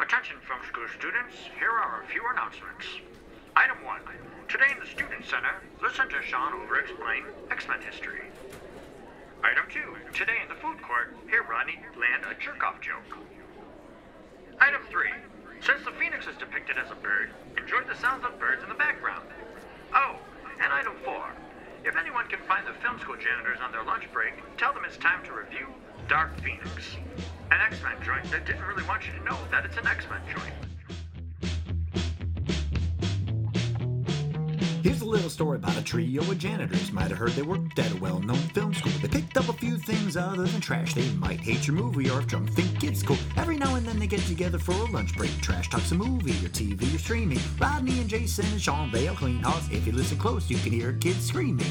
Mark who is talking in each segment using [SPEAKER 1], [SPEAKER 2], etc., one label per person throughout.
[SPEAKER 1] Attention film school students, here are a few announcements. Item 1. Today in the Student Center, listen to Sean over explain X Men history. Item 2. Today in the food court, hear Rodney land a jerk off joke. Item 3. Since the phoenix is depicted as a bird, enjoy the sounds of birds in the background. Oh, and item 4. If anyone can find the film school janitors on their lunch break, tell them it's time to review Dark Phoenix, an X Men joint that didn't really want you to know that it's an X Men joint.
[SPEAKER 2] Here's a little story about a trio of janitors. Might have heard they worked at a well known film school. They picked up a few things other than trash. They might hate your movie or if drunk think it's cool. Every now and then they get together for a lunch break. Trash talks a movie or TV or streaming. Rodney and Jason and Sean Bale clean house. If you listen close, you can hear kids screaming.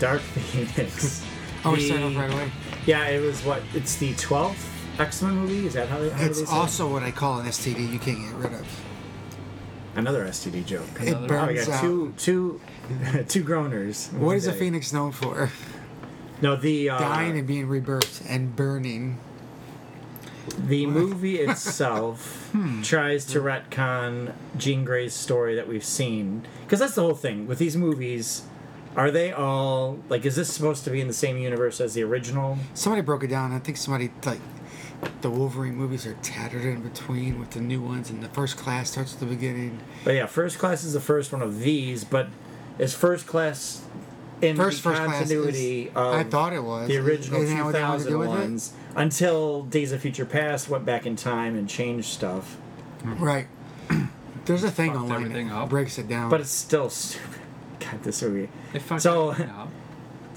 [SPEAKER 3] Dark Phoenix.
[SPEAKER 4] Oh, we
[SPEAKER 3] The-
[SPEAKER 4] start off right away.
[SPEAKER 3] Yeah, it was what? It's the 12th X Men movie? Is that how they, how
[SPEAKER 4] It's
[SPEAKER 3] they say it?
[SPEAKER 4] also what I call an STD you can't get rid of.
[SPEAKER 3] Another STD joke.
[SPEAKER 4] It
[SPEAKER 3] Oh, we
[SPEAKER 4] burns
[SPEAKER 3] got
[SPEAKER 4] out.
[SPEAKER 3] two, two, two groaners.
[SPEAKER 4] What is a
[SPEAKER 3] They-
[SPEAKER 4] phoenix known for?
[SPEAKER 3] No, the uh,
[SPEAKER 4] Dying and being rebirthed and burning.
[SPEAKER 3] the movie itself
[SPEAKER 4] Hmm.
[SPEAKER 3] tries to retcon Jean Grey's story that we've seen because that's the whole thing with these movies. Are they all like? Is this supposed to be in the same universe as the original?
[SPEAKER 4] Somebody broke it down. I think somebody like the Wolverine movies are tattered in between with the new ones, and the first class starts at the beginning.
[SPEAKER 3] But yeah, First Class is the first one of these. But is First Class in
[SPEAKER 4] First,
[SPEAKER 3] the
[SPEAKER 4] first class.
[SPEAKER 3] continuity
[SPEAKER 4] Is,
[SPEAKER 3] of
[SPEAKER 4] I thought it was
[SPEAKER 3] the original
[SPEAKER 4] Isn't that what they wanted to
[SPEAKER 3] 2000
[SPEAKER 4] do with it?
[SPEAKER 3] ones until Days of Future Past went back in time and changed stuff?
[SPEAKER 4] Right. There's a thing
[SPEAKER 5] Fucked
[SPEAKER 4] online
[SPEAKER 5] everything
[SPEAKER 4] that
[SPEAKER 5] up.
[SPEAKER 4] breaks it down.
[SPEAKER 3] But it's still stupid. God, this movie.
[SPEAKER 5] They fucked
[SPEAKER 3] So-
[SPEAKER 5] everything up.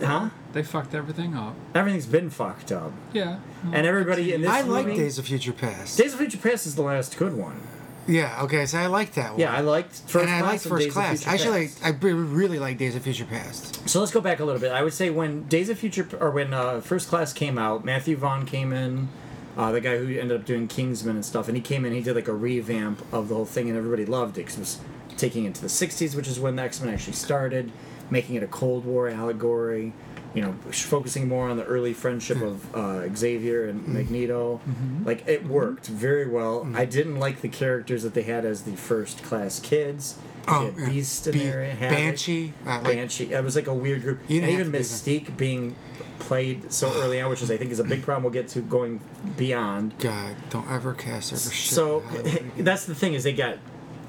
[SPEAKER 3] Huh?
[SPEAKER 5] They fucked everything up.
[SPEAKER 3] Everything's been fucked up.
[SPEAKER 5] Yeah.
[SPEAKER 3] And everybody in this
[SPEAKER 4] Oh. I like
[SPEAKER 3] movie-
[SPEAKER 4] Days of Future Past.
[SPEAKER 3] Days of Future Past is the last good one.
[SPEAKER 4] yeah. Okay. So I like that one.
[SPEAKER 3] Yeah, I liked first
[SPEAKER 4] and I
[SPEAKER 3] class.
[SPEAKER 4] liked
[SPEAKER 3] and
[SPEAKER 4] First
[SPEAKER 3] Days of
[SPEAKER 4] Class.
[SPEAKER 3] Future
[SPEAKER 4] Actually,
[SPEAKER 3] Past.
[SPEAKER 4] I re- really like Days of Future Past.
[SPEAKER 3] so let's go back a little bit. I would say when Days of Future or when uh, First Class came out, Matthew Vaughn came in, uh, the guy who ended up doing Kingsman and stuff, and he came in. He did like a revamp of the whole thing, and everybody loved it 'cause it was taking it to the '60s, which is when the X Men actually started, making it a Cold War allegory. You know, focusing more on the early friendship of uh, Xavier and
[SPEAKER 4] Mm-hmm.
[SPEAKER 3] Magneto. Like it worked very well. I didn't like the characters that they had as the First Class kids. They
[SPEAKER 4] Oh,
[SPEAKER 3] had
[SPEAKER 4] yeah.
[SPEAKER 3] Beast in
[SPEAKER 4] Be-
[SPEAKER 3] there, Havoc.
[SPEAKER 4] Banshee, uh, like-
[SPEAKER 3] Banshee. It was like a weird group.
[SPEAKER 4] You
[SPEAKER 3] and
[SPEAKER 4] didn't
[SPEAKER 3] even
[SPEAKER 4] have to
[SPEAKER 3] Mystique being played so early on, which is I think is a big problem we'll get to going beyond.
[SPEAKER 4] God, don't ever cast her for Oh, shit.
[SPEAKER 3] So
[SPEAKER 4] out of Hollywood.
[SPEAKER 3] that's the thing is they got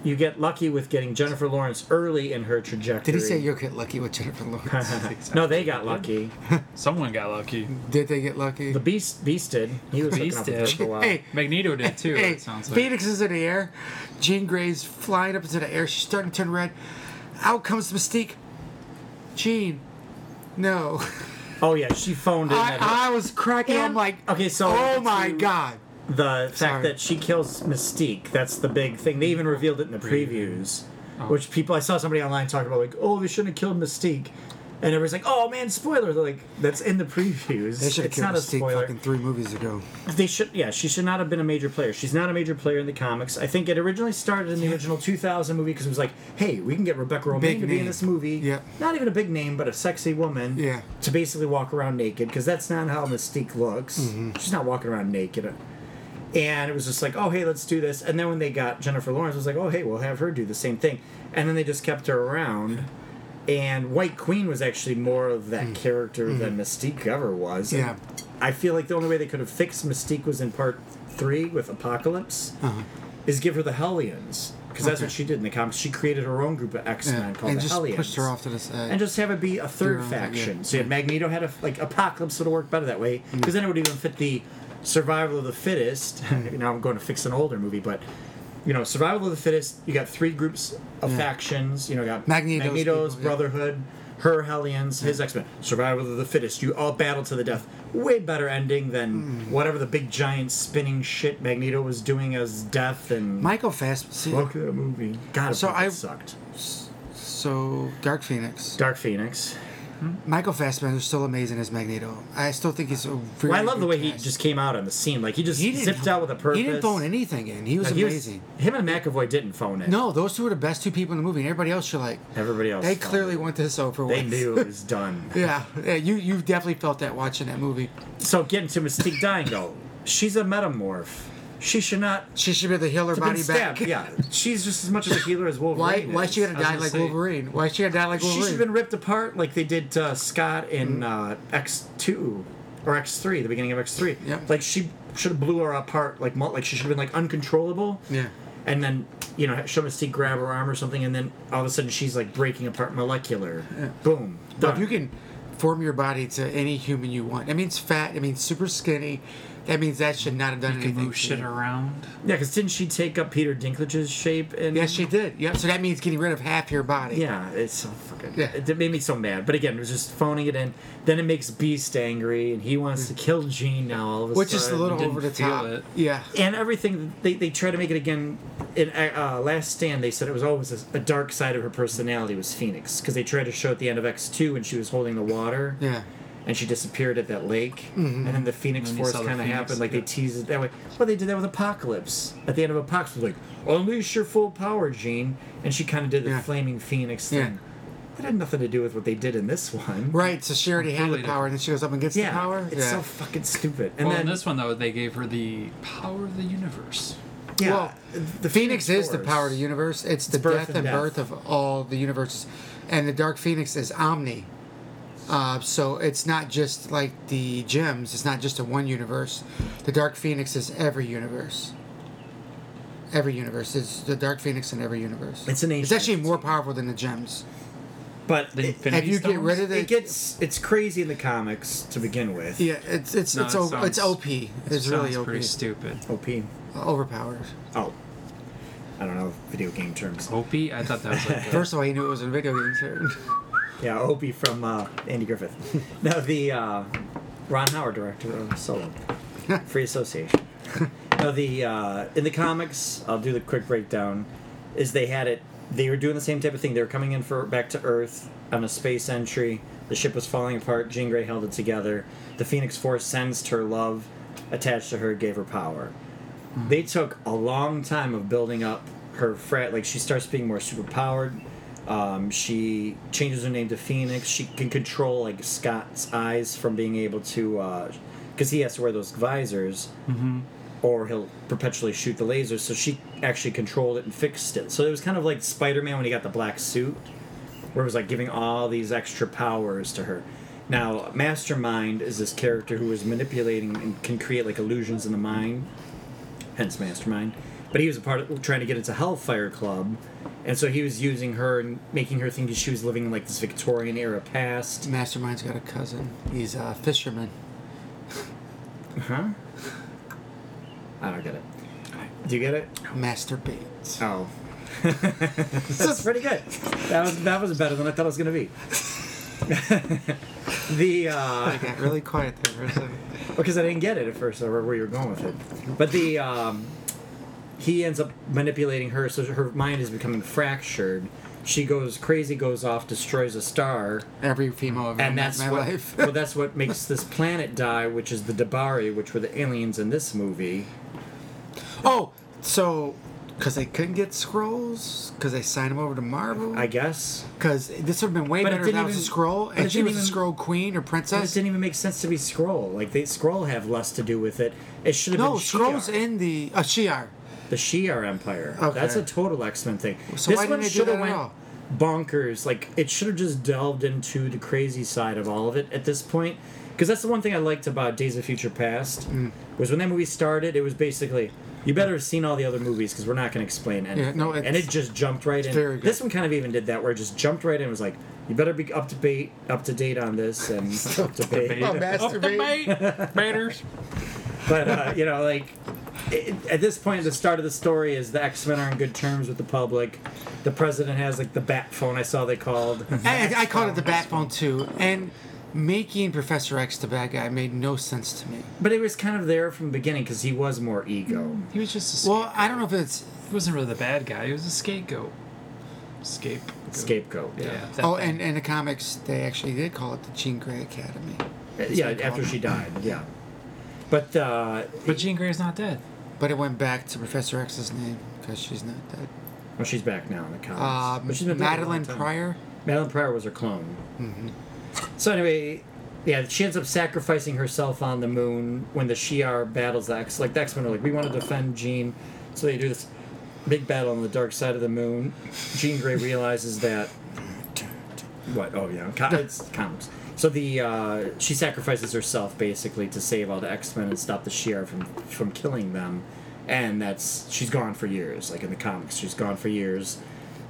[SPEAKER 3] you get lucky with getting Jennifer Lawrence early in her trajectory.
[SPEAKER 4] did he say you'll get lucky with Jennifer Lawrence?
[SPEAKER 3] No, they got lucky.
[SPEAKER 5] Someone got lucky.
[SPEAKER 4] did they get lucky?
[SPEAKER 3] The Beast, Beast did. He was
[SPEAKER 5] Beast
[SPEAKER 3] hooking up with her
[SPEAKER 5] did.
[SPEAKER 3] for a while.
[SPEAKER 4] hey,
[SPEAKER 5] Magneto did too.
[SPEAKER 4] hey,
[SPEAKER 5] it sounds like.
[SPEAKER 4] Phoenix is in the air. Jean Grey's flying up into the air. She's starting to turn red. Out comes Mystique. Jean, no.
[SPEAKER 3] Oh yeah, she phoned in. that
[SPEAKER 4] I, I was cracking. I'm
[SPEAKER 3] And-
[SPEAKER 4] like,
[SPEAKER 3] okay, so
[SPEAKER 4] oh my
[SPEAKER 3] to-
[SPEAKER 4] god.
[SPEAKER 3] the fact
[SPEAKER 4] Sorry.
[SPEAKER 3] that she kills Mystique, that's the big thing. They even revealed it in the previews, which people, I saw somebody online talking about, like, oh, they shouldn't have killed Mystique. And everybody's like, oh man, spoiler. They're like, that's in the previews.
[SPEAKER 4] They should have
[SPEAKER 3] It's
[SPEAKER 4] killed
[SPEAKER 3] not a
[SPEAKER 4] Mystique
[SPEAKER 3] spoiler.
[SPEAKER 4] fucking three movies ago.
[SPEAKER 3] They should, yeah, she should not have been a major player. She's not a major player in the comics. I think it originally started in the original 2000 movie because it was like, hey, we can get Rebecca Romaine
[SPEAKER 4] Big
[SPEAKER 3] to be in
[SPEAKER 4] name.
[SPEAKER 3] this movie.
[SPEAKER 4] Yep.
[SPEAKER 3] Not even a big name, but a sexy woman.
[SPEAKER 4] Yeah.
[SPEAKER 3] To basically walk around naked because that's not how Mystique looks.
[SPEAKER 4] Mm-hmm.
[SPEAKER 3] She's not walking around naked. And it was just like, oh, hey, let's do this. And then when they got Jennifer Lawrence, it was like, oh, hey, we'll have her do the same thing. And then they just kept her around. And White Queen was actually more of that character than Mystique ever was. And
[SPEAKER 4] Hmm. Yeah.
[SPEAKER 3] I feel like the only way they could have fixed Mystique was in part three with Apocalypse, is give her the Hellions. Because that's what
[SPEAKER 4] Uh-huh. Okay.
[SPEAKER 3] she did in the comics. She created her own group of X Men
[SPEAKER 4] Yeah,
[SPEAKER 3] called
[SPEAKER 4] and
[SPEAKER 3] the
[SPEAKER 4] just
[SPEAKER 3] Hellions
[SPEAKER 4] pushed her off to the side.
[SPEAKER 3] and just have it be a third
[SPEAKER 4] Your own thing,
[SPEAKER 3] faction.
[SPEAKER 4] yeah. Mm-hmm.
[SPEAKER 3] So you had Magneto had a like Apocalypse would have worked better that way because then it would even fit the survival of the fittest. now I'm going to fix an older movie, but you know, survival of the fittest. You got three groups of factions. You know, you got
[SPEAKER 4] Magneto's
[SPEAKER 3] Magneto's
[SPEAKER 4] people, yeah.
[SPEAKER 3] Brotherhood. Her Hellions,
[SPEAKER 4] Hmm.
[SPEAKER 3] his X Men, Survival of the Fittest, you all battle to the death. Way better ending than
[SPEAKER 4] Hmm.
[SPEAKER 3] whatever the big giant spinning shit Magneto was doing as death and.
[SPEAKER 4] Michael Fassbender.
[SPEAKER 3] Fuck that movie. God,
[SPEAKER 4] So
[SPEAKER 3] so
[SPEAKER 4] I-
[SPEAKER 3] I sucked.
[SPEAKER 4] So Dark Phoenix.
[SPEAKER 3] Dark Phoenix.
[SPEAKER 4] Michael Fassbender's still amazing as Magneto. I still think he's a very.
[SPEAKER 3] Well, I love the
[SPEAKER 4] good
[SPEAKER 3] way he
[SPEAKER 4] cast.
[SPEAKER 3] just came out on the scene. Like he just
[SPEAKER 4] He
[SPEAKER 3] zipped out with a purpose.
[SPEAKER 4] He didn't phone anything in. He was
[SPEAKER 3] Like, he was-
[SPEAKER 4] amazing.
[SPEAKER 3] him and McAvoy didn't phone it.
[SPEAKER 4] no, those two were the best two people in the movie, and everybody else you're like,
[SPEAKER 3] everybody else.
[SPEAKER 4] they
[SPEAKER 3] phoned
[SPEAKER 4] clearly
[SPEAKER 3] it.
[SPEAKER 4] want this over
[SPEAKER 3] They
[SPEAKER 4] with.
[SPEAKER 3] knew it was done.
[SPEAKER 4] Yeah, yeah, you you definitely felt that watching that movie.
[SPEAKER 3] So getting to Mystique dying though, she's a metamorph. She should not
[SPEAKER 4] She should be able to heal her
[SPEAKER 3] have been
[SPEAKER 4] body
[SPEAKER 3] stabbed.
[SPEAKER 4] back.
[SPEAKER 3] Yeah, she's just as much of a healer as
[SPEAKER 4] Why
[SPEAKER 3] Wolverine.
[SPEAKER 4] why
[SPEAKER 3] is.
[SPEAKER 4] she gotta
[SPEAKER 5] I was
[SPEAKER 4] die
[SPEAKER 5] gonna
[SPEAKER 4] like
[SPEAKER 5] say-
[SPEAKER 4] Wolverine? Why she gotta die like
[SPEAKER 3] She
[SPEAKER 4] Wolverine?
[SPEAKER 3] should have been ripped apart like they did uh, Scott in uh,
[SPEAKER 4] Mm-hmm.
[SPEAKER 3] X two or X three, the beginning of X three.
[SPEAKER 4] Yep.
[SPEAKER 3] Like she should have blew her apart like mul- like she should have been like uncontrollable.
[SPEAKER 4] Yeah.
[SPEAKER 3] And then you know show Mystique grab her arm or something, and then all of a sudden she's like breaking apart molecular. Boom.
[SPEAKER 4] But if
[SPEAKER 3] done.
[SPEAKER 4] you can form your body to any human you want, that means fat. It means super skinny. That means that should not have done
[SPEAKER 5] You can
[SPEAKER 4] anything.
[SPEAKER 5] move
[SPEAKER 4] to
[SPEAKER 5] shit
[SPEAKER 4] you.
[SPEAKER 5] around.
[SPEAKER 3] yeah, because didn't she take up Peter Dinklage's shape? And
[SPEAKER 4] Yes, she did. Yep. So that means getting rid of half your body.
[SPEAKER 3] Yeah, it's so fucking.
[SPEAKER 4] Yeah.
[SPEAKER 3] It, made me so mad. But again, it was just phoning it in. Then it makes Beast angry, and he wants to kill Jean now. All of a
[SPEAKER 4] Mm. Which
[SPEAKER 3] sudden,
[SPEAKER 4] is a little
[SPEAKER 5] didn't
[SPEAKER 4] over the
[SPEAKER 5] feel
[SPEAKER 4] top.
[SPEAKER 5] it.
[SPEAKER 4] Yeah.
[SPEAKER 3] and everything they, they try to make it again in uh, last stand they said it was always a, a dark side of her personality was phoenix because they tried to show at the end of x2 when she was holding the water
[SPEAKER 4] Yeah.
[SPEAKER 3] and she disappeared at that lake
[SPEAKER 4] Mm-hmm.
[SPEAKER 3] and then the phoenix
[SPEAKER 5] And then you
[SPEAKER 3] force
[SPEAKER 5] saw the
[SPEAKER 3] kind of
[SPEAKER 5] Phoenix,
[SPEAKER 3] happened like they
[SPEAKER 5] yeah.
[SPEAKER 3] teased it that way well they did that with apocalypse at the end of apocalypse it was like unleash your full power Jean, and she kind of did the
[SPEAKER 4] Yeah.
[SPEAKER 3] flaming phoenix
[SPEAKER 4] Yeah.
[SPEAKER 3] thing that had nothing to do with what they did in this one
[SPEAKER 4] Right. So she already had the
[SPEAKER 5] Completely
[SPEAKER 4] power, and then she goes up and gets
[SPEAKER 3] yeah
[SPEAKER 4] the power.
[SPEAKER 3] it's
[SPEAKER 4] yeah.
[SPEAKER 3] so fucking stupid and
[SPEAKER 5] well,
[SPEAKER 3] then
[SPEAKER 5] in this one though, they gave her the power of the universe.
[SPEAKER 3] yeah,
[SPEAKER 4] well, the Phoenix is the power of the universe. It's the
[SPEAKER 3] birth
[SPEAKER 4] death
[SPEAKER 3] and
[SPEAKER 4] and
[SPEAKER 3] death.
[SPEAKER 4] birth of all the universes, and the Dark Phoenix is Omni. Uh, so it's not just like the gems. It's not just a one universe. The Dark Phoenix is every universe. Every universe is the Dark Phoenix in every universe.
[SPEAKER 3] It's an
[SPEAKER 4] It's
[SPEAKER 3] ancient
[SPEAKER 4] actually
[SPEAKER 3] entity.
[SPEAKER 4] more powerful than the gems.
[SPEAKER 3] but
[SPEAKER 5] The
[SPEAKER 3] it-
[SPEAKER 5] Infinity
[SPEAKER 4] Have you get
[SPEAKER 5] Stones?
[SPEAKER 4] rid of the?
[SPEAKER 3] it gets it's crazy in the comics to begin with.
[SPEAKER 4] yeah, it's it's
[SPEAKER 5] No,
[SPEAKER 4] it's,
[SPEAKER 5] it
[SPEAKER 4] o-
[SPEAKER 5] sounds-
[SPEAKER 4] it's OP. It's really
[SPEAKER 5] Sounds
[SPEAKER 4] OP.
[SPEAKER 5] pretty stupid.
[SPEAKER 3] OP.
[SPEAKER 4] Overpowered.
[SPEAKER 3] Oh, I don't know video game terms.
[SPEAKER 5] Opie, I thought that was like. a-
[SPEAKER 4] First of all, you knew it was a video game. too.
[SPEAKER 3] Yeah, OP from uh, Andy Griffith. no, the uh, Ron Howard director of Solo, Free Association. no, the uh, in the comics, I'll do the quick breakdown. Is they had it. They were doing the same type of thing. They were coming in for back to Earth on a space entry. The ship was falling apart. Jean Grey held it together. The Phoenix Force sensed her love, attached to her, gave her power. they took a long time of building up her frat like she starts being more superpowered um, she changes her name to phoenix she can control like scott's eyes from being able to because he has to wear those visors or he'll perpetually shoot the laser so she actually controlled it and fixed it so it was kind of like spider-man when he got the black suit where it was like giving all these extra powers to her. Now, Mastermind is this character who is manipulating and can create like illusions in the mind, hence Mastermind. But he was a part of trying to get into Hellfire Club, and so he was using her and making her think that she was living in like this Victorian era past.
[SPEAKER 4] Mastermind's got a cousin. He's a fisherman.
[SPEAKER 3] Huh? I don't get it. Do you get it?
[SPEAKER 4] Masturbate.
[SPEAKER 3] Oh. That's pretty good. That was that was better than I thought it was gonna be. the uh,
[SPEAKER 4] I got really quiet there for a second.
[SPEAKER 3] because I didn't get it at first or where you were going with it. But the um, he ends up manipulating her, so her mind is becoming fractured. She goes crazy, goes off, destroys a star,
[SPEAKER 4] Every female I've ever
[SPEAKER 3] and
[SPEAKER 4] met
[SPEAKER 3] that's
[SPEAKER 4] in my
[SPEAKER 3] what.
[SPEAKER 4] life.
[SPEAKER 3] well, that's what makes this planet die, which is the Debari, which were the aliens in this movie.
[SPEAKER 4] oh, so because they couldn't get scrolls, because they signed them over to Marvel.
[SPEAKER 3] I guess.
[SPEAKER 4] Because this would have been way
[SPEAKER 3] But it
[SPEAKER 4] better if
[SPEAKER 3] didn't
[SPEAKER 4] that was a
[SPEAKER 3] even-
[SPEAKER 4] scroll,
[SPEAKER 3] but
[SPEAKER 4] and
[SPEAKER 3] it
[SPEAKER 4] she
[SPEAKER 3] didn't
[SPEAKER 4] was a
[SPEAKER 3] even-
[SPEAKER 4] scroll queen or
[SPEAKER 3] It just
[SPEAKER 4] princess.
[SPEAKER 3] didn't even make sense to be Scroll. Like they Scroll have less to do with it. It should have
[SPEAKER 4] No,
[SPEAKER 3] been
[SPEAKER 4] scrolls
[SPEAKER 3] Shi'ar.
[SPEAKER 4] in the uh, Shiar.
[SPEAKER 3] the Shi'ar Empire.
[SPEAKER 4] Okay.
[SPEAKER 3] That's a total X Men thing.
[SPEAKER 4] So why didn't they do
[SPEAKER 3] shoulda
[SPEAKER 4] that at all?
[SPEAKER 3] bonkers. Like it should have just delved into the crazy side of all of it at this point. Because that's the one thing I liked about Days of Future Past
[SPEAKER 4] Mm.
[SPEAKER 3] was when that movie started. It was basically you better have seen all the other movies because we're not going to explain anything.
[SPEAKER 4] no,
[SPEAKER 3] and
[SPEAKER 4] it's-
[SPEAKER 3] it just jumped right in.
[SPEAKER 4] very good.
[SPEAKER 3] This one kind of even did that where it just jumped right in. and Was like you better be up to date, up to date on this and up to date.
[SPEAKER 5] Up the
[SPEAKER 3] Oh,
[SPEAKER 4] masturbate.
[SPEAKER 5] bait, Baiters.
[SPEAKER 3] But uh, you know, like it, at this point, the start of the story is the X Men are on good terms with the public. The president has like the bat phone. I saw they called.
[SPEAKER 4] I, I called it the bat phone too, and making Professor X the bad guy made no sense to me.
[SPEAKER 3] but it was kind of there from the beginning because he was more ego.
[SPEAKER 5] He was just. A
[SPEAKER 4] Well, I don't know if it's
[SPEAKER 5] He wasn't really the bad guy. He was a scapegoat. Scape.
[SPEAKER 3] Scapegoat. Yeah.
[SPEAKER 5] Yeah.
[SPEAKER 4] Oh, and in the comics, they actually did call it the Jean Grey Academy.
[SPEAKER 3] Yeah. after she died. Yeah. But uh,
[SPEAKER 5] But Jean Grey's not dead.
[SPEAKER 4] But it went back to Professor X's name because she's not dead.
[SPEAKER 3] well, she's back now in the comics.
[SPEAKER 4] Um,
[SPEAKER 3] But she's been dead a long
[SPEAKER 4] Madeline
[SPEAKER 3] time.
[SPEAKER 4] Pryor.
[SPEAKER 3] Madeline Pryor was her clone. So anyway, yeah, she ends up sacrificing herself on the moon when the Shi'ar battles the X. Like the X Men are like, we want to defend Jean, so they do this big battle on the dark side of the moon. Jean Grey realizes that. What? Oh yeah, co- it's comics. So the uh, she sacrifices herself basically to save all the X Men and stop the Shi'ar from from killing them, and that's she's gone for years. Like in the comics, she's gone for years.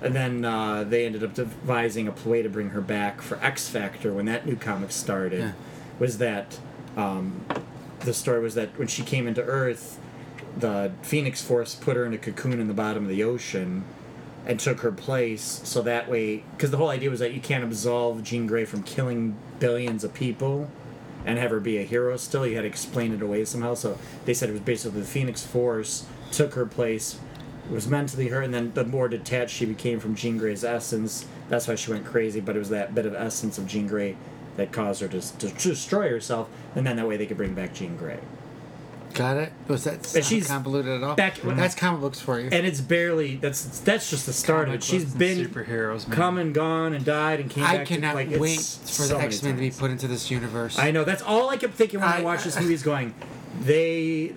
[SPEAKER 3] And then uh, they ended up devising a way to bring her back for X Factor when that new comic started. Was that um, the story was that when she came into Earth, the Phoenix Force put her in a cocoon in the bottom of the ocean and took her place. So that way, because the whole idea was that you can't absolve Jean Grey from killing billions of people and have her be a hero still. You had to explain it away somehow. So they said it was basically the Phoenix Force took her place, was mentally hurt, and then the more detached she became from Jean Grey's essence, that's why she went crazy. But it was that bit of essence of Jean Grey that caused her to, to destroy herself, and then that way they could bring back Jean Grey.
[SPEAKER 4] Got it? Was that
[SPEAKER 3] And she's
[SPEAKER 4] convoluted at all?
[SPEAKER 3] back-
[SPEAKER 4] That's comic books for you.
[SPEAKER 3] And it's barely that's that's just the start of
[SPEAKER 5] Comic
[SPEAKER 3] it. She's
[SPEAKER 5] books and
[SPEAKER 3] been
[SPEAKER 5] superheroes, man.
[SPEAKER 3] come and gone and died and came
[SPEAKER 4] I
[SPEAKER 3] back.
[SPEAKER 4] cannot
[SPEAKER 3] to, like, it's
[SPEAKER 4] wait for
[SPEAKER 3] so
[SPEAKER 4] the
[SPEAKER 3] many
[SPEAKER 4] X Men to be
[SPEAKER 3] times.
[SPEAKER 4] put into this universe.
[SPEAKER 3] I know. That's all I kept thinking when I,
[SPEAKER 4] I-
[SPEAKER 3] watched this movie. Is going, they,